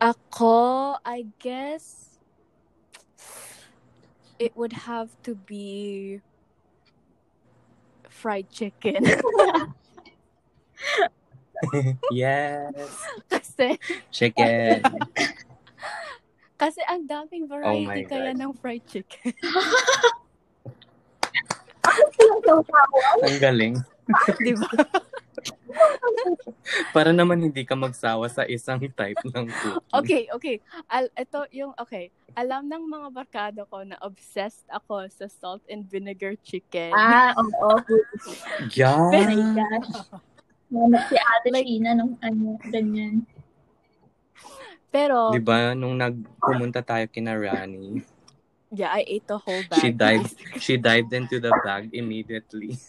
Ako, I guess it would have to be fried chicken.
Yes.
Kasi
Chicken.
Kasi ang daming
Oh God.
variety kaya ng fried chicken.
Ang galing.
Di ba?
Para naman hindi ka magsawa sa isang type ng cookie.
Okay, okay. Al ito yung, okay. Alam ng mga barkada ko na obsessed ako sa salt and vinegar chicken.
Ah, oo. Oh my
Yeah.
gosh. Nanak si Ate
Like-
Sheena nung ano, ganyan.
Pero,
Di ba? Nung nagpumunta tayo kina Rani,
yeah, I ate the whole bag.
she dived, she dived into the bag immediately.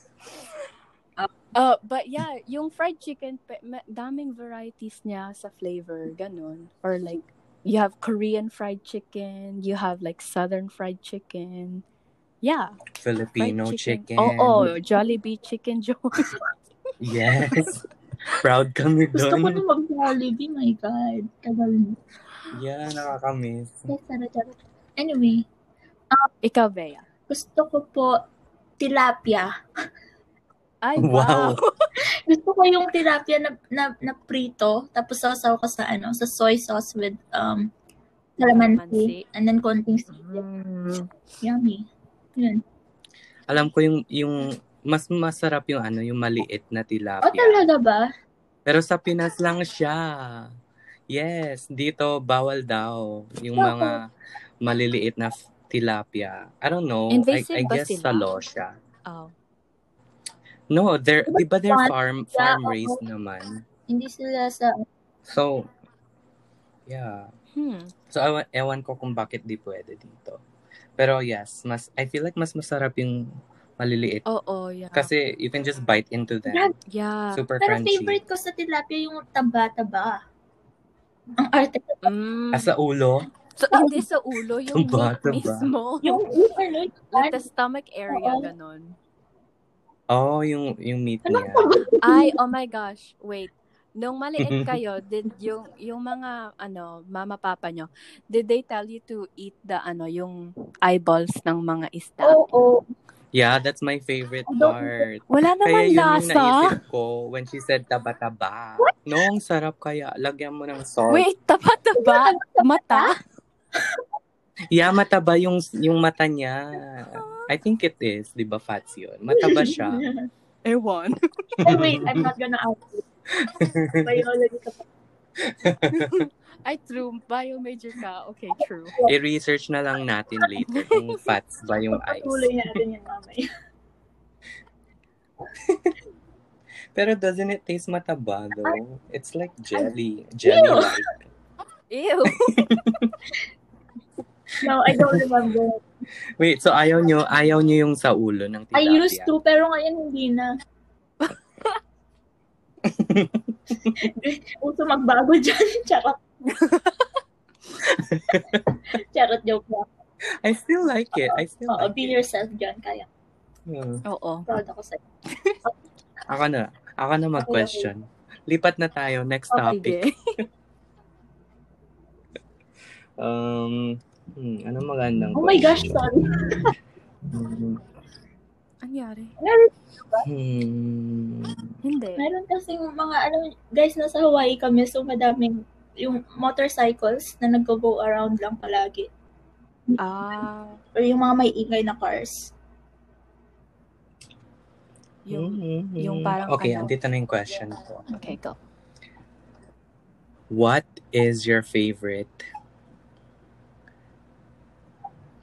Uh, but yeah, yung fried chicken, pe- ma- daming varieties niya sa flavor, ganun. Or like, you have Korean fried chicken, you have like southern fried chicken. Yeah, fried
Filipino chicken.
Oo, oh, Jollibee chicken joint.
Yes. Proud kami
Gusto ko
doon.
na mag-Jollibee, my God. Tagal na.
Yeah, nakakamiss.
Yes, sarap, sarap. Anyway,
Ikaw, Bea.
gusto ko po tilapia.
Ay,
Wow.
wow.
Gusto ko yung tilapia na, na, na prito, tapos sasaw ko sa ano, sa soy sauce with um calamansi, Mm-hmm.
Calamansi.
and then konting sili. Yummy. Yun.
Alam ko yung, yung mas masarap yung ano, yung maliit na
O
tilapia.
Oh, talaga ba?
Pero sa Pinas lang siya. Yes, dito bawal daw yung mga maliliit na f- tilapia. I don't know. I, I
Invasive ba
guess
sila?
sa law siya.
Oh.
No, they're, di ba they're
But-
farm,
Yeah,
farm raised naman?
Hindi sila sa...
So, yeah.
Hmm.
So, ewan, ewan ko kung bakit di pwede dito. Pero yes, mas I feel like mas masarap yung maliliit.
Oo, oh, yeah.
Kasi you can just bite into them.
yeah.
Super
Pero
crunchy.
favorite ko sa tilapia yung taba-taba. Ang arte
Mm.
Ah, sa ulo?
so, hindi sa ulo, yung
Taba,
meat
taba.
mismo.
yung, yung ano, yung
Like the stomach area,
Oo.
ganun.
Oh, yung, yung meat
Ano
niya.
Ay, oh my gosh. Wait. Nung maliit kayo, did yung yung mga ano, mama papa nyo, did they tell you to eat the ano, yung eyeballs ng mga isda?
Oo, oo.
Yeah, that's my favorite
I don't-
part.
Wala
Kaya
naman
yun yung
lasa.
naisip ko when she said taba-taba. Noong sarap kaya, lagyan mo ng salt.
Wait, taba-taba. Mata?
Yeah, mataba yung, yung mata niya.
Ah.
I think it is. Di ba, Fats yun? Mataba siya.
Ewan.
Ay, Oh, wait, I'm not gonna ask you. Biology ka pa.
Ay, true. Biomajor ka. Okay, true.
I-research na lang natin later kung Fats ba yung eyes.
Patuloy natin yan mamaya.
Pero doesn't it taste mataba though? It's like jelly. Jelly-like.
Ew.
No, I don't remember.
Wait, so ayaw nyo, ayaw nyo yung sa ulo ng tilapia?
I used to, pero ngayon hindi na. Uso magbago dyan. Charot. Charot joke lang.
I still like it. I still
Oo,
like
be
it.
yourself dyan. Kaya.
Hmm.
Oo.
Proud ako sa'yo.
Ako na. Ako na mag-question. Lipat na tayo. Next
Oh,
topic.
sige.
Um, hmm, ano magandang
Oh my gosh,
question?
sorry.
Hmm,
Ang yari?
Meron,
Hmm.
Hindi.
meron kasing mga, alam, guys, nasa Hawaii kami, so madaming yung motorcycles na nag-go around lang palagi.
Ah,
Or yung mga may ingay na cars.
yung...
Hmm, hmm,
yung
hmm.
parang
Okay,
ano.
andito na yung question ko.
Hmm.
Okay, go.
What is your favorite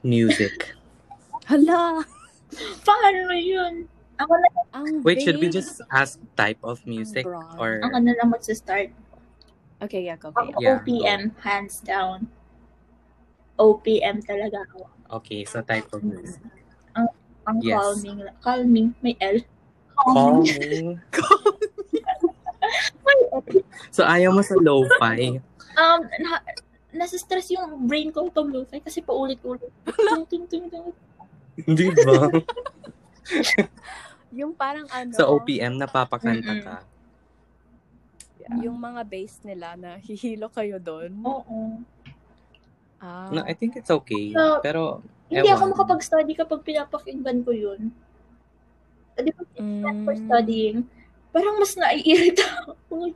music?
Hala!
Paano ano yun? Ako na,
Ang
Wait, should we
vague.
just ask type of music
broad.
or
ako na lang magsistart.
Okay, yeah, go.
Ako
go.
Yeah,
OPM, hands down. OPM talaga ako.
okay, so type of music.
Ang
Yes.
calming. lang. Calming, may L.
Call me.
May L.
So ayaw mo sa lo-fi.
Um, na, nasistress yung brain ko pag lo-fi kasi paulit-ulit. Tung, tung, tung, tung.
Di ba?
Yung parang ano,
Sa OPM, napapakanta
Mm-mm.
ka.
yung mga bass nila na hihilo kayo
Oh.
doon.
Oo.
Ah,
No, I think it's okay.
So,
Pero,
Hindi
Ewan.
ako makapag-study kapag pinapakinggan ko yun. Ah, Di ba,
mm,
for studying, parang mas naiirita ako.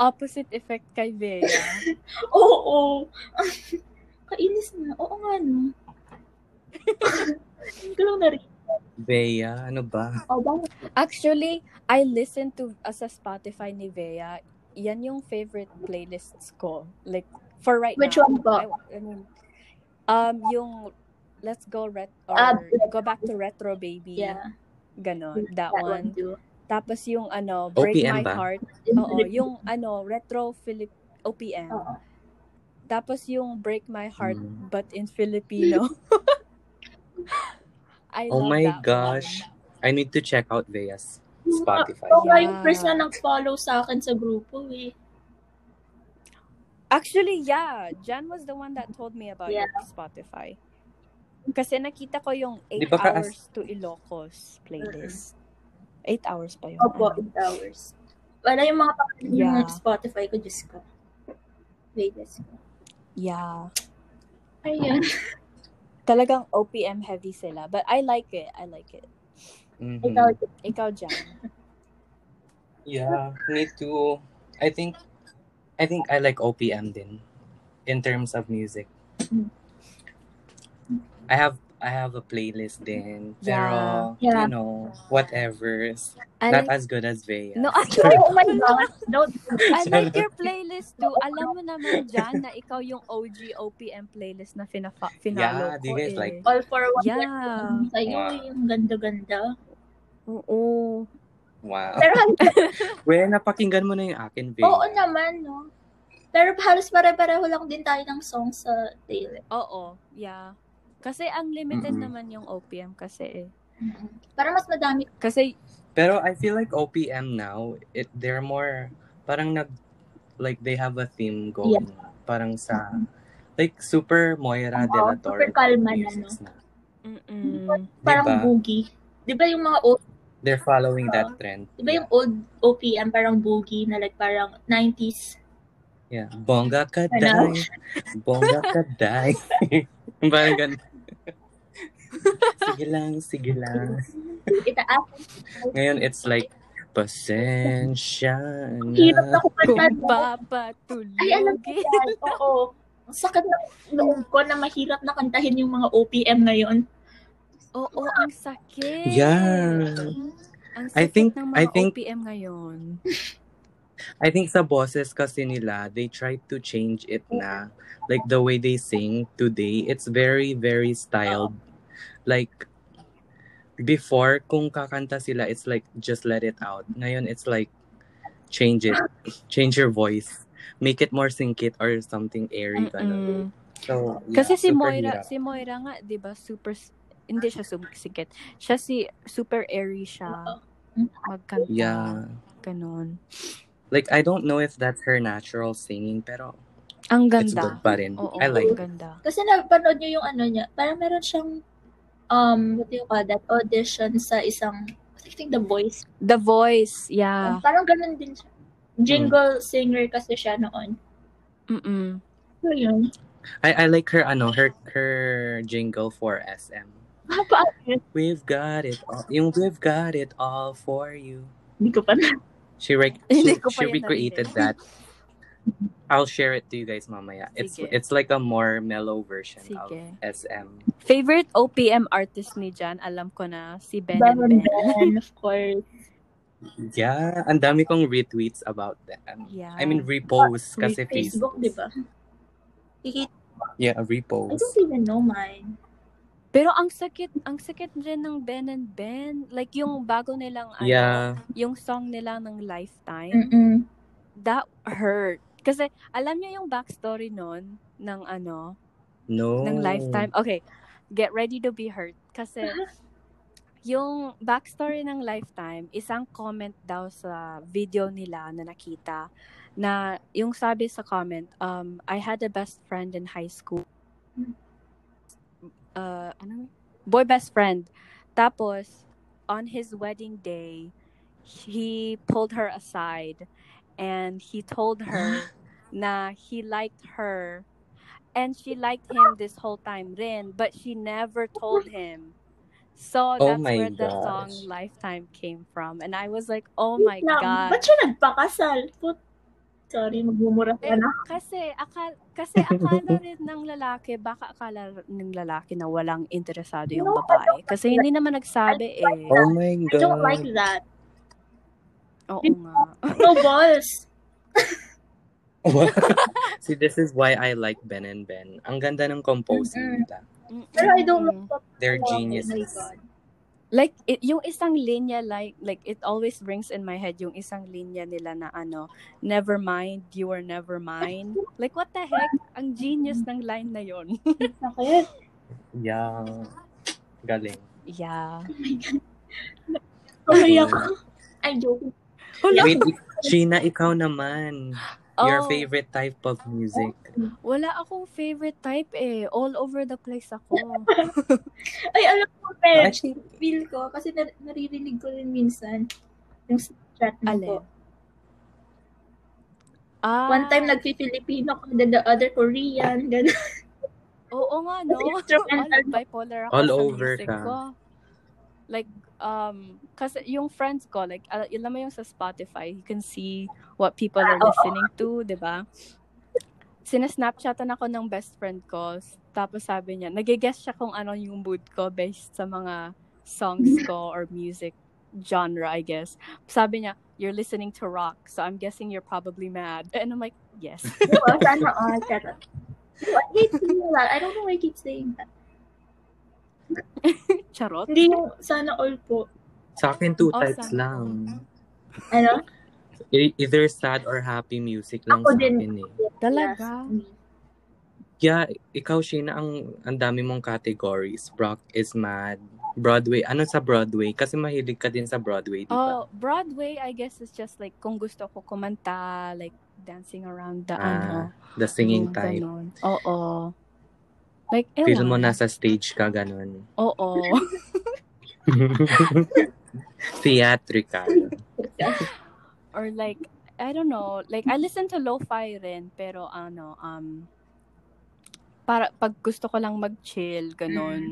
opposite effect kay Bea.
Oo. Kainis na. Oo nga, no. Hindi ko lang narinig.
Bea, ano ba?
Oh, bakit?
Actually, I listen to uh, sa Spotify ni Bea. Yan yung favorite playlists ko. Like, for right
Which
now.
one po?
I, I mean, um, yung Let's Go Ret or
Ah,
Go Back to Retro Baby.
Yeah.
Ganon,
That
that, one.
one too.
Tapos yung ano, Break
OPM
My
ba?
Heart. Oo, yung ano, Retro Philip OPM.
Oo.
Tapos yung Break My Heart
Mm.
but in Filipino. I
Oh
love
my
that
gosh. I need to check out Bea's Spotify.
Ako nga yung
Yeah.
first na nag-follow sa akin sa grupo eh.
one. Actually, yeah. Jan was the one that told me about
Yeah.
your Spotify. Kasi nakita ko yung
Di
8
ba ka-
Hours to Ilocos playlist. 8 hours pa yun.
Opo,
ano.
8 hours. Wala yung mga pangalan
Yeah.
yung Spotify ko, Diyos ko. Wait, let's go.
Yeah.
Ayun.
Talagang OPM heavy sila. But I like it. I like it.
Mhm.
Ikaw,
Ikaw, Jan.
Yeah, me too. I think, I think I like OPM din, in terms of music.
Mm.
I have, I have a playlist din.
Yeah.
Pero,
Yeah.
you know, whatever.
I
Not
like...
as good as Bea.
No, actually,
oh my God. Don't.
I like your playlist too. Alam mo naman dyan na ikaw yung OG OPM playlist na finafa-
Yeah,
finalo
do
ko
you guys
eh.
like-
All for one.
Yeah.
Sa'yo, eh,
Wow.
yung ganda-ganda.
Oo.
Wow.
Pero halos,
Well, napakinggan mo na yung akin, Bea.
oo naman, no? Pero halos pare-pareho lang din tayo ng song sa Taylor.
Oo. Yeah. Kasi ang limited
Mm-mm.
naman yung OPM kasi eh.
Para mas madami.
Kasi,
Pero I feel like OPM now, it they're more parang nag like they have a theme going. Parang sa like super Moira de la
Oo,
Torre.
super kalma na,
musics na.
mm-mm.
Parang
Diba?
boogie. Di ba yung mga old,
They're following that trend.
di ba yung old OPM parang boogie na like parang 90s?
Yeah. Bongga ka
Ano?
dai. Bongga ka dai. parang ganun. sige lang, sige lang.
Itaas.
Ah. Ngayon it's like pasensya
Hirap na
na.
kumanta.
kung
no? Ay, alam ko
papatulugin.
yan. Oo. Ang Sakit na loob ko na mahirap na kantahin yung mga OPM ngayon.
Oo, ang sakit.
Yeah.
Ang sakit
I think-
ng mga
I think-
OPM ngayon.
I think sa boses kasi nila, they try to change it na. Like the way they sing today, it's very, very styled. Like, before, kung kakanta sila, it's like, just let it out. Ngayon, it's like, change it. Change your voice. make it more singkit or something airy.
Mm-mm.
Ganun. So, yeah,
Kasi si
super
Moira,
hirap.
si Moira nga, 'di ba, super hindi siya sumisikat. Siya si super airy siya. Magkanta.
Yeah.
Ganun.
Like, I don't know if that's her natural singing, pero
Ang
it's good
ganda.
pa rin.
Oo,
I like
ang ganda.
Kasi napanood niyo yung ano niya, parang meron siyang, um, what do you call that, audition sa isang, I think The Voice.
The voice, yeah.
Parang ganun din siya. Jingle singer kasi siya noon.
Oh, Mm-mm.
So yun.
I, I like her ano, her her jingle for SM. We've got it all. Yung we've got it all for you.
Hindi ko pa na.
She re-
Hindi
she,
ko pa
she
yan
recreated that.
narinig.
I'll share it to you guys mamaya. It's
Sige.
it's like a more mellow version of
Sige.
SM.
Favorite OPM artist ni Jan, alam ko na, si Ben
Baron
and Ben.
Ben, of course.
Yeah, ang dami kong retweets about that.
Yeah.
I mean repost
Ah,
kasi
Facebook, di ba?
Yeah, a
I
repost.
don't even know mine.
Pero ang sakit, ang sakit din ng Ben and Ben. Like yung bago nilang, ano,
Yeah.
yung song nila ng Lifetime.
Mm-mm.
that hurt. Kasi alam niyo yung backstory nun ng ano,
No.
ng lifetime. Okay, get ready to be hurt. Kasi yung backstory ng lifetime, isang comment daw sa video nila na nakita na yung sabi sa comment, um, I had a best friend in high school. Uh, ano? Boy best friend. Tapos, on his wedding day, he pulled her aside and he told her na he liked her and she liked him this whole time rin but she never told him so
Oh
that's
my
where the
gosh.
song lifetime came from and i was like oh my
Wait lang,
god
Ba't siya nagpakasal? Put, sorry, magmumura ka
Eh,
na.
kasi akal kasi akala rin ng lalaki baka akala rin ng lalaki na walang interesado yung
No, I
babae kasi hindi naman nagsabi eh
Oh my
I
god.
don't like that.
oo nga
No balls.
See, this is why I like Ben and Ben. Ang ganda ng composing
Mm-mm.
nila.
Pero I don't like that.
They're
Oh my
geniuses.
God.
like it, yung isang linya like like it always rings in my head yung isang linya nila na ano never mind you are never mine like what the heck ang genius ng line na yon
Sakit.
Yeah. Galing.
yeah
Tuloy ako. I'm joking.
Wait, Sheena, ikaw naman. Your
Oh,
favorite type of music.
wala akong favorite type eh all over the place ako
Ay, alam ko, Ben.
Actually,
Feel ko, kasi nar- naririnig ko rin minsan yung sa chat mo ko.
Alin? ah
One time, nagpi-Filipino ko, then the other Korean, gano'n.
oo nga no
Instrumental.
all bipolar ako
All
sa
over
music
ka.
ko like um kasi yung friends ko like al- alam mo yung sa Spotify you can see what people are
Ah, oo.
listening to 'di ba sinasnapchatan ako ng best friend ko s- tapos sabi niya nage-guess siya kung ano yung mood ko based sa mga songs ko or music genre I guess sabi niya you're listening to rock so I'm guessing you're probably mad and I'm like yes
Oo, Diba? sana all. Charot. Diba? I hate saying that. I don't know why I keep saying that.
charot
Hindi yung sana all po.
sa akin two
Oh,
types
sana.
lang.
Ano?
E- Either sad or happy music lang
Ako
sa
din.
akin eh.
Talaga?
Yeah, ikaw Sheena, ang ang dami mong categories. Brock is mad. Broadway. Ano sa Broadway? Kasi mahilig ka din sa Broadway, di ba?
Oh, Broadway, I guess, is just like kung gusto ko kumanta, like dancing around the
Ah,
ano.
The singing
Mm,
yung
type.
ganun. Oo. Like, ewan.
Feel mo nasa stage ka ganun.
Oo.
Theatrical.
Or like, I don't know. Like, I listen to lo-fi rin, pero ano, um, para pag gusto ko lang mag-chill,
Mm.
ganun.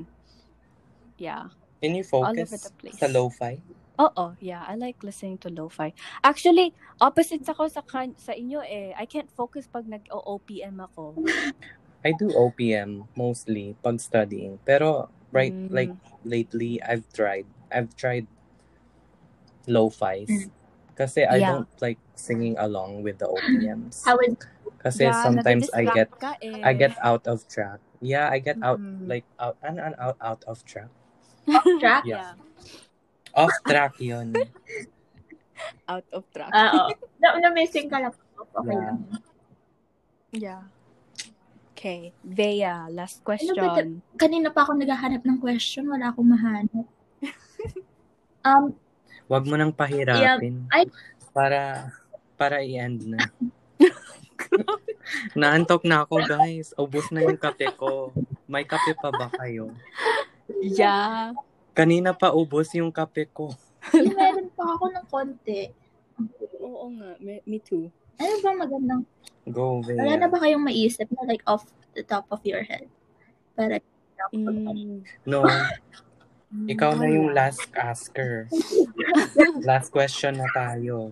Yeah.
Can you
All over
focus
the place.
sa lo-fi?
Oo, yeah, I like listening to lo-fi. Actually, opposite ako sa kan- sa inyo eh. I can't focus pag nag-OPM ako.
I do OPM mostly pag studying. Pero right
Mm.
like lately I've tried I've tried lo-fi's. Kasi I
Mm. Yeah.
don't like singing along with the OPMs.
How is
Kasi
Yeah,
sometimes I
nadidistract
get
ka eh.
I get out of track. Yeah, I get out
Mm.
like out and an out out of track.
track?
Yeah. Off track 'yun.
out of track.
Ah, Oo. Na- Uh, oh. Na-missing ka lang. Okay
Yeah.
lang.
Yeah. Okay. Vea, last question.
Ano ba Kanina pa ako naghahanap ng question, wala akong mahanap. um,
Huwag mo nang pahirapin.
Yeah, I-
Para, para i-end na. Naantok na ako, guys. Ubus na yung kape ko. May kape pa ba kayo?
yeah.
Kanina pa ubos yung kape ko.
yun, meron pa ako ng konti.
Oo nga. Me, me too.
Ano ba magandang,
Go,
wala
Vea.
na ba kayong maisip na like off the top of your head? Para
Mm.
No, ikaw na yung last asker. Last question na tayo.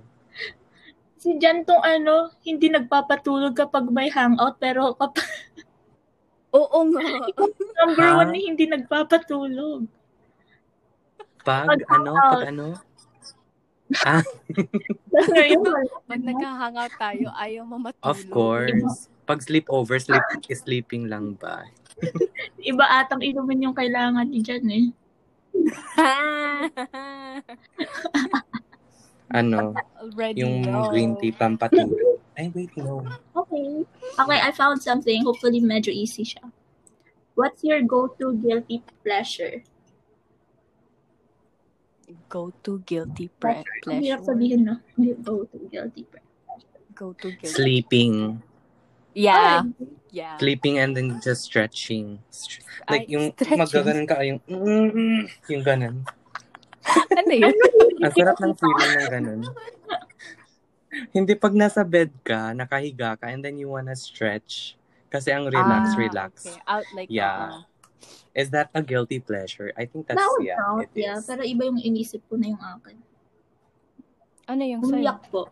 si Jan tong ano, hindi nagpapatulog kapag may hangout pero kapag
Oo nga.
number
Ha?
one eh, hindi nagpapatulog.
Pag ano,
uh,
pag ano?
Ngayon, wala.
Pag nagka-hangout tayo, ayaw mo matulog.
Of course. Pag sleepover, sleep, sleeping lang ba?
iba atang inumin yung kailangan ni Jan eh.
Ano,
Already
yung
know.
green tea pampatulog. Ay, wait, no.
Okay. Okay, I found something. Hopefully, medyo easy siya. What's your go-to guilty pleasure?
Go to guilty pre-
Ang
pleasure.
hirap sabihin, no? Gu- Go-to guilty pleasure.
Go to guilty.
Sleeping.
Yeah. Yeah.
Sleeping and then just stretching. Str- Like,
Ay,
yung
stretching.
magaganon ka, yung, mm-hmm, yung ganon.
ano yun?
Ang sarap ng feeling ng ganun. Hindi pag nasa bed ka, nakahiga ka, and then you wanna stretch. Kasi ang relax,
Ah,
relax.
Okay. Out like,
Yeah.
yeah.
Is that a guilty pleasure? I think that's,
That would
yeah,
count,
it
yeah.
is.
Pero iba yung inisip ko na yung akin.
ano yung sa'yo?
Umiyak po.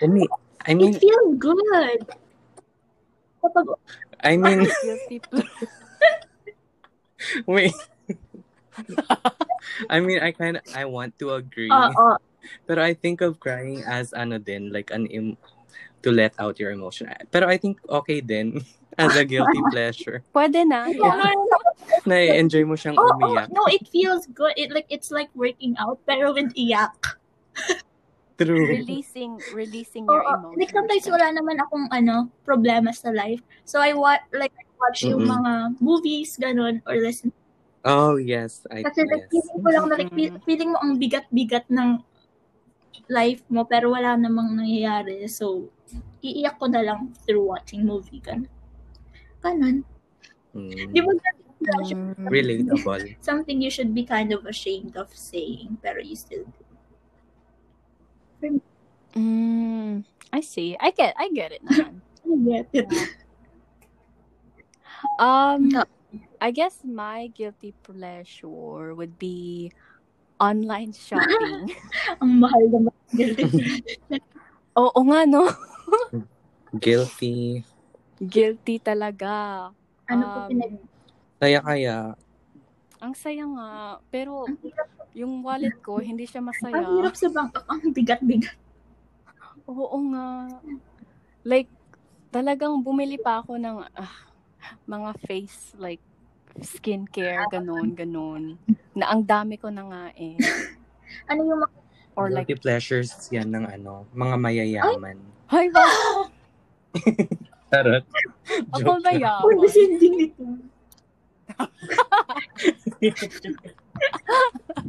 I mean, I mean,
It feels good. Kapag,
I mean,
Guilty pleasure.
wait. I mean, I kind of, I want to agree.
oo.
Pero I think of crying as ano din, like an, im- to let out your emotion. Pero I think okay din as a guilty pleasure.
Pwede na. Yeah.
Na-enjoy mo siyang
Oo, oo.
umiyak.
no, it feels good. It like It's like working out, pero with iyak.
True.
releasing releasing your
Oo.
emotions.
Like sometimes wala naman akong ano, problema sa life. So I wa- like I watch yung
Mm-mm.
mga movies ganun or listen.
Oh, yes. I,
Kasi like
yes.
feeling ko lang na like feel- feeling mo ang bigat-bigat ng life mo pero wala namang nangyayari. So iiyak ko na lang through watching movie ganun. Ganun.
Mm.
Di ba ganun? Flash-
Relatable.
Something you should be kind of ashamed of saying pero you still do.
Mm, I see. I get I get it naman.
I get it.
Um
No.
I guess my guilty pleasure would be online shopping.
Ang mahal naman.
Oo nga no.
Guilty.
Guilty talaga.
ano po
Um,
pinag-
Kaya kaya.
Ang saya nga, pero
Ang hirap
yung wallet ko hindi siya masaya.
Ano? Ang hirap sa Bangkok. Ang bigat-bigat.
Oo nga. Like talagang bumili pa ako ng ah, mga face like skincare ganun ganun na ang dami ko na nga eh
Ano yung mga...
or like
guilty pleasures yan ng ano, mga mayayaman.
Hoy, ba?
Tarot.
Ako ba yan?
Uy, descending nito.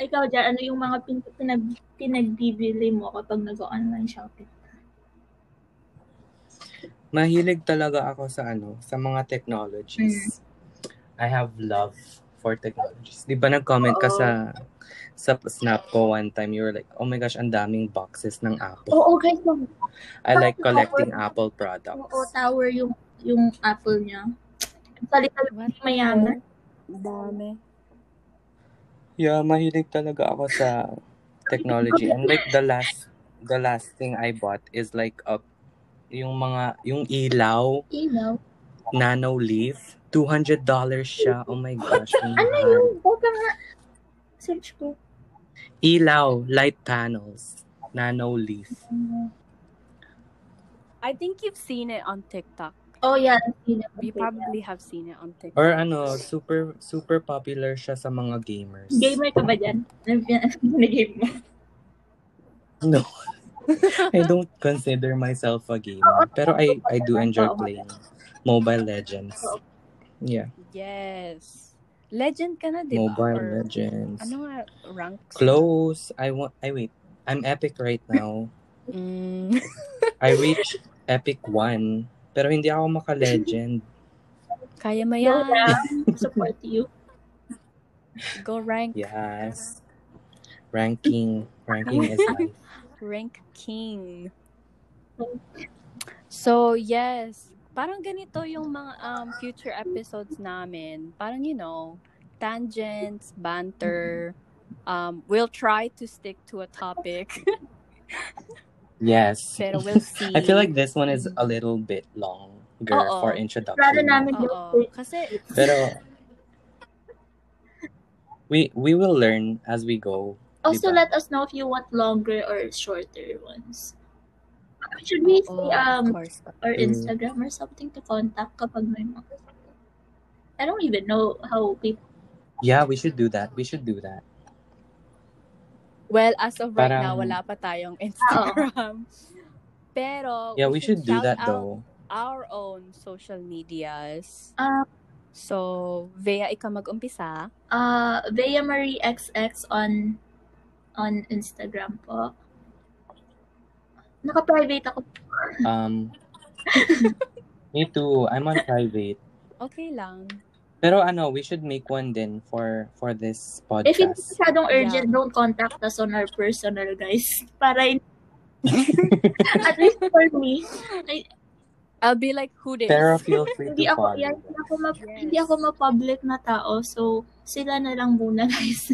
Ikaw, Jar, ano yung mga pin- pinag pinagbibili mo kapag nag-online shopping?
Mahilig talaga ako sa ano, sa mga technologies. Mm-hmm. I have love for technologies. Oh. Di ba nag-comment ka
Oo.
sa sa snap ko one time, you were like, oh my gosh, ang daming boxes ng Apple.
Oo, guys. mag-
I like
bakit
collecting
ako?
Apple
Oo,
products.
tower yung yung apple niya. Salita
What?
mayaman.
Dami.
Yeah, mahilig talaga ako sa technology. And like the last the last thing I bought is like a yung mga yung ilaw
Ilaw.
nano leaf $200 siya. Oh my gosh. ang
Ano
mahal.
yung? Baka nga. Search ko.
Ilaw light panels nano leaf.
I think you've seen it on TikTok.
Oh, yeah.
You probably have seen it on TikTok.
Or ano, super super popular siya sa mga gamers.
Gamer ka ba dyan? Ano yung game mo?
No. I don't consider myself a gamer. Pero I, I do enjoy playing Mobile Legends. Yeah,
Yes. Legend ka na, di ba?
Mobile
Or-
Legends.
Ano nga ranks?
Close. I want. I wait. I'm epic right now.
Mm.
I reached epic 1. Pero hindi ako maka-legend.
Kaya mo
Yeah.
yan.
support you.
Go rank.
Yes. Ranking. Ranking is life.
Rank King. So, yes. Parang ganito yung mga um, future episodes namin. Parang, you know, tangents, banter. Um, we'll try to stick to a topic.
Yes.
Pero we'll see.
I feel like this one is a little bit long
Oo.
for
Rather
introduction.
namin
Oo. Kasi, oh,
Pero we we will learn as we go.
Also,
Diba?
let us know if you want longer or shorter ones. Should we
oh,
say um
of course.
or
Mm.
Instagram or something to contact kapag may mga I don't even know how people
Yeah, we should do that. We should do that.
Well, as of right
Parang-
now, wala pa tayong Instagram. Pero,
Yeah, we should do
Oh,
that
shout out
though.
our own social medias.
um
So, Vea, ikaw mag-umpisa.
uh Bea Marie XX on on Instagram po. Naka-private ako.
Um Me too. I'm on private.
Okay lang.
Pero ano, we should make one din for for this
If hindi
podcast.
masyadong urgent, don't contact us on our personal, guys. Para in- At least for me,
I'll be like, who this?
Pero feel free
hindi
to
ako,
follow.
yan, hindi ako, ma-
Yes.
hindi ako ma-public na tao. So, sila na lang muna, guys.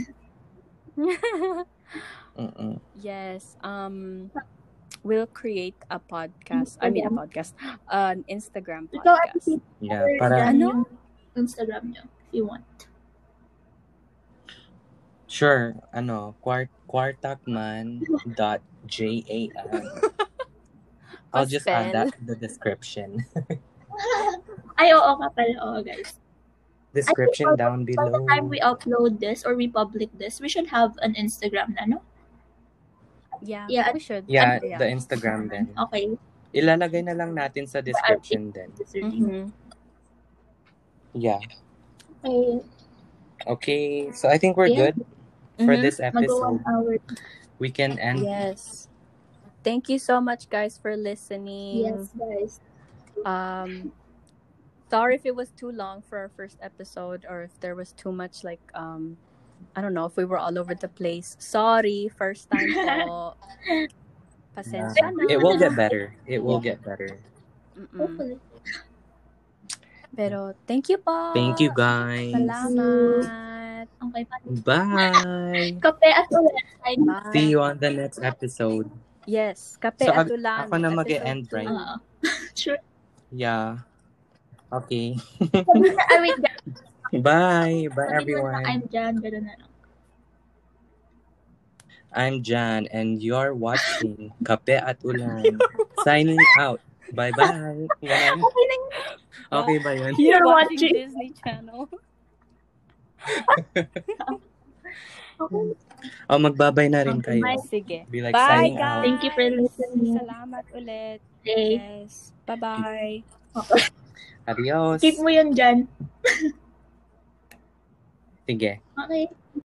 Mm-mm.
yes. Um, we'll create a podcast. I mean, a podcast. An Instagram
Ikaw, Ate
podcast.
Tina,
Yeah,
or
para
yan
Ano?
yung Instagram nyo, if you want.
sure, ano, quart quartakman.jan. I'll just add
Paspel.
that to the description.
Ay, oo ka pala. Oo, guys.
Description down
By the
below.
time we upload this or we public this, we should have an Instagram na, no?
Yeah,
Yeah.
we should.
Yeah,
Ano,
the Instagram din.
Okay.
Ilalagay na lang natin sa description din.
Mhm.
Yeah.
Okay.
Okay, so I think we're
Yeah. Mm-hmm.
good for
Mhm.
this
Mag-one
episode.
hour.
Mm.
We can end.
Yes. Thank you so much, guys, for listening.
Yes, guys.
um sorry if it was too long for our first episode or if there was too much like um i don't know if we were all over the place sorry first time po.
Yeah.
pasensya na
It will get better. It will get better.
Mm-mm.
Hopefully.
pero thank you po
Thank
Ah,
you guys.
salamat
Okay, pa.
Bye.
Kape at ulan. Ay,
Bye.
See you on the next episode.
yes kape
So,
at
ag-
ulan
ako na
episode
mag-e-end,
two.
right?
oo. Ah, sure.
Yeah. Okay.
Sabi na, ay, wait, guys.
Bye. Bye
Sabi mo na,
everyone.
I'm Jan. Ganun na lang.
I'm Jan and you're watching Kape at Ulan. Signing out. Bye-bye. Ganun.
Okay na yun.
Okay ba yun?
you're
You're
watching
watching.
disney channel
Okay.
Oh, magbabay na rin
Okay,
kayo.
bye.
sige
Be like
bye
signing
guys
out.
Thank you for listening.
salamat ulit
Okay.
yes bye bye
Adios.
Keep mo yun, Jan.
Sige.
Okay.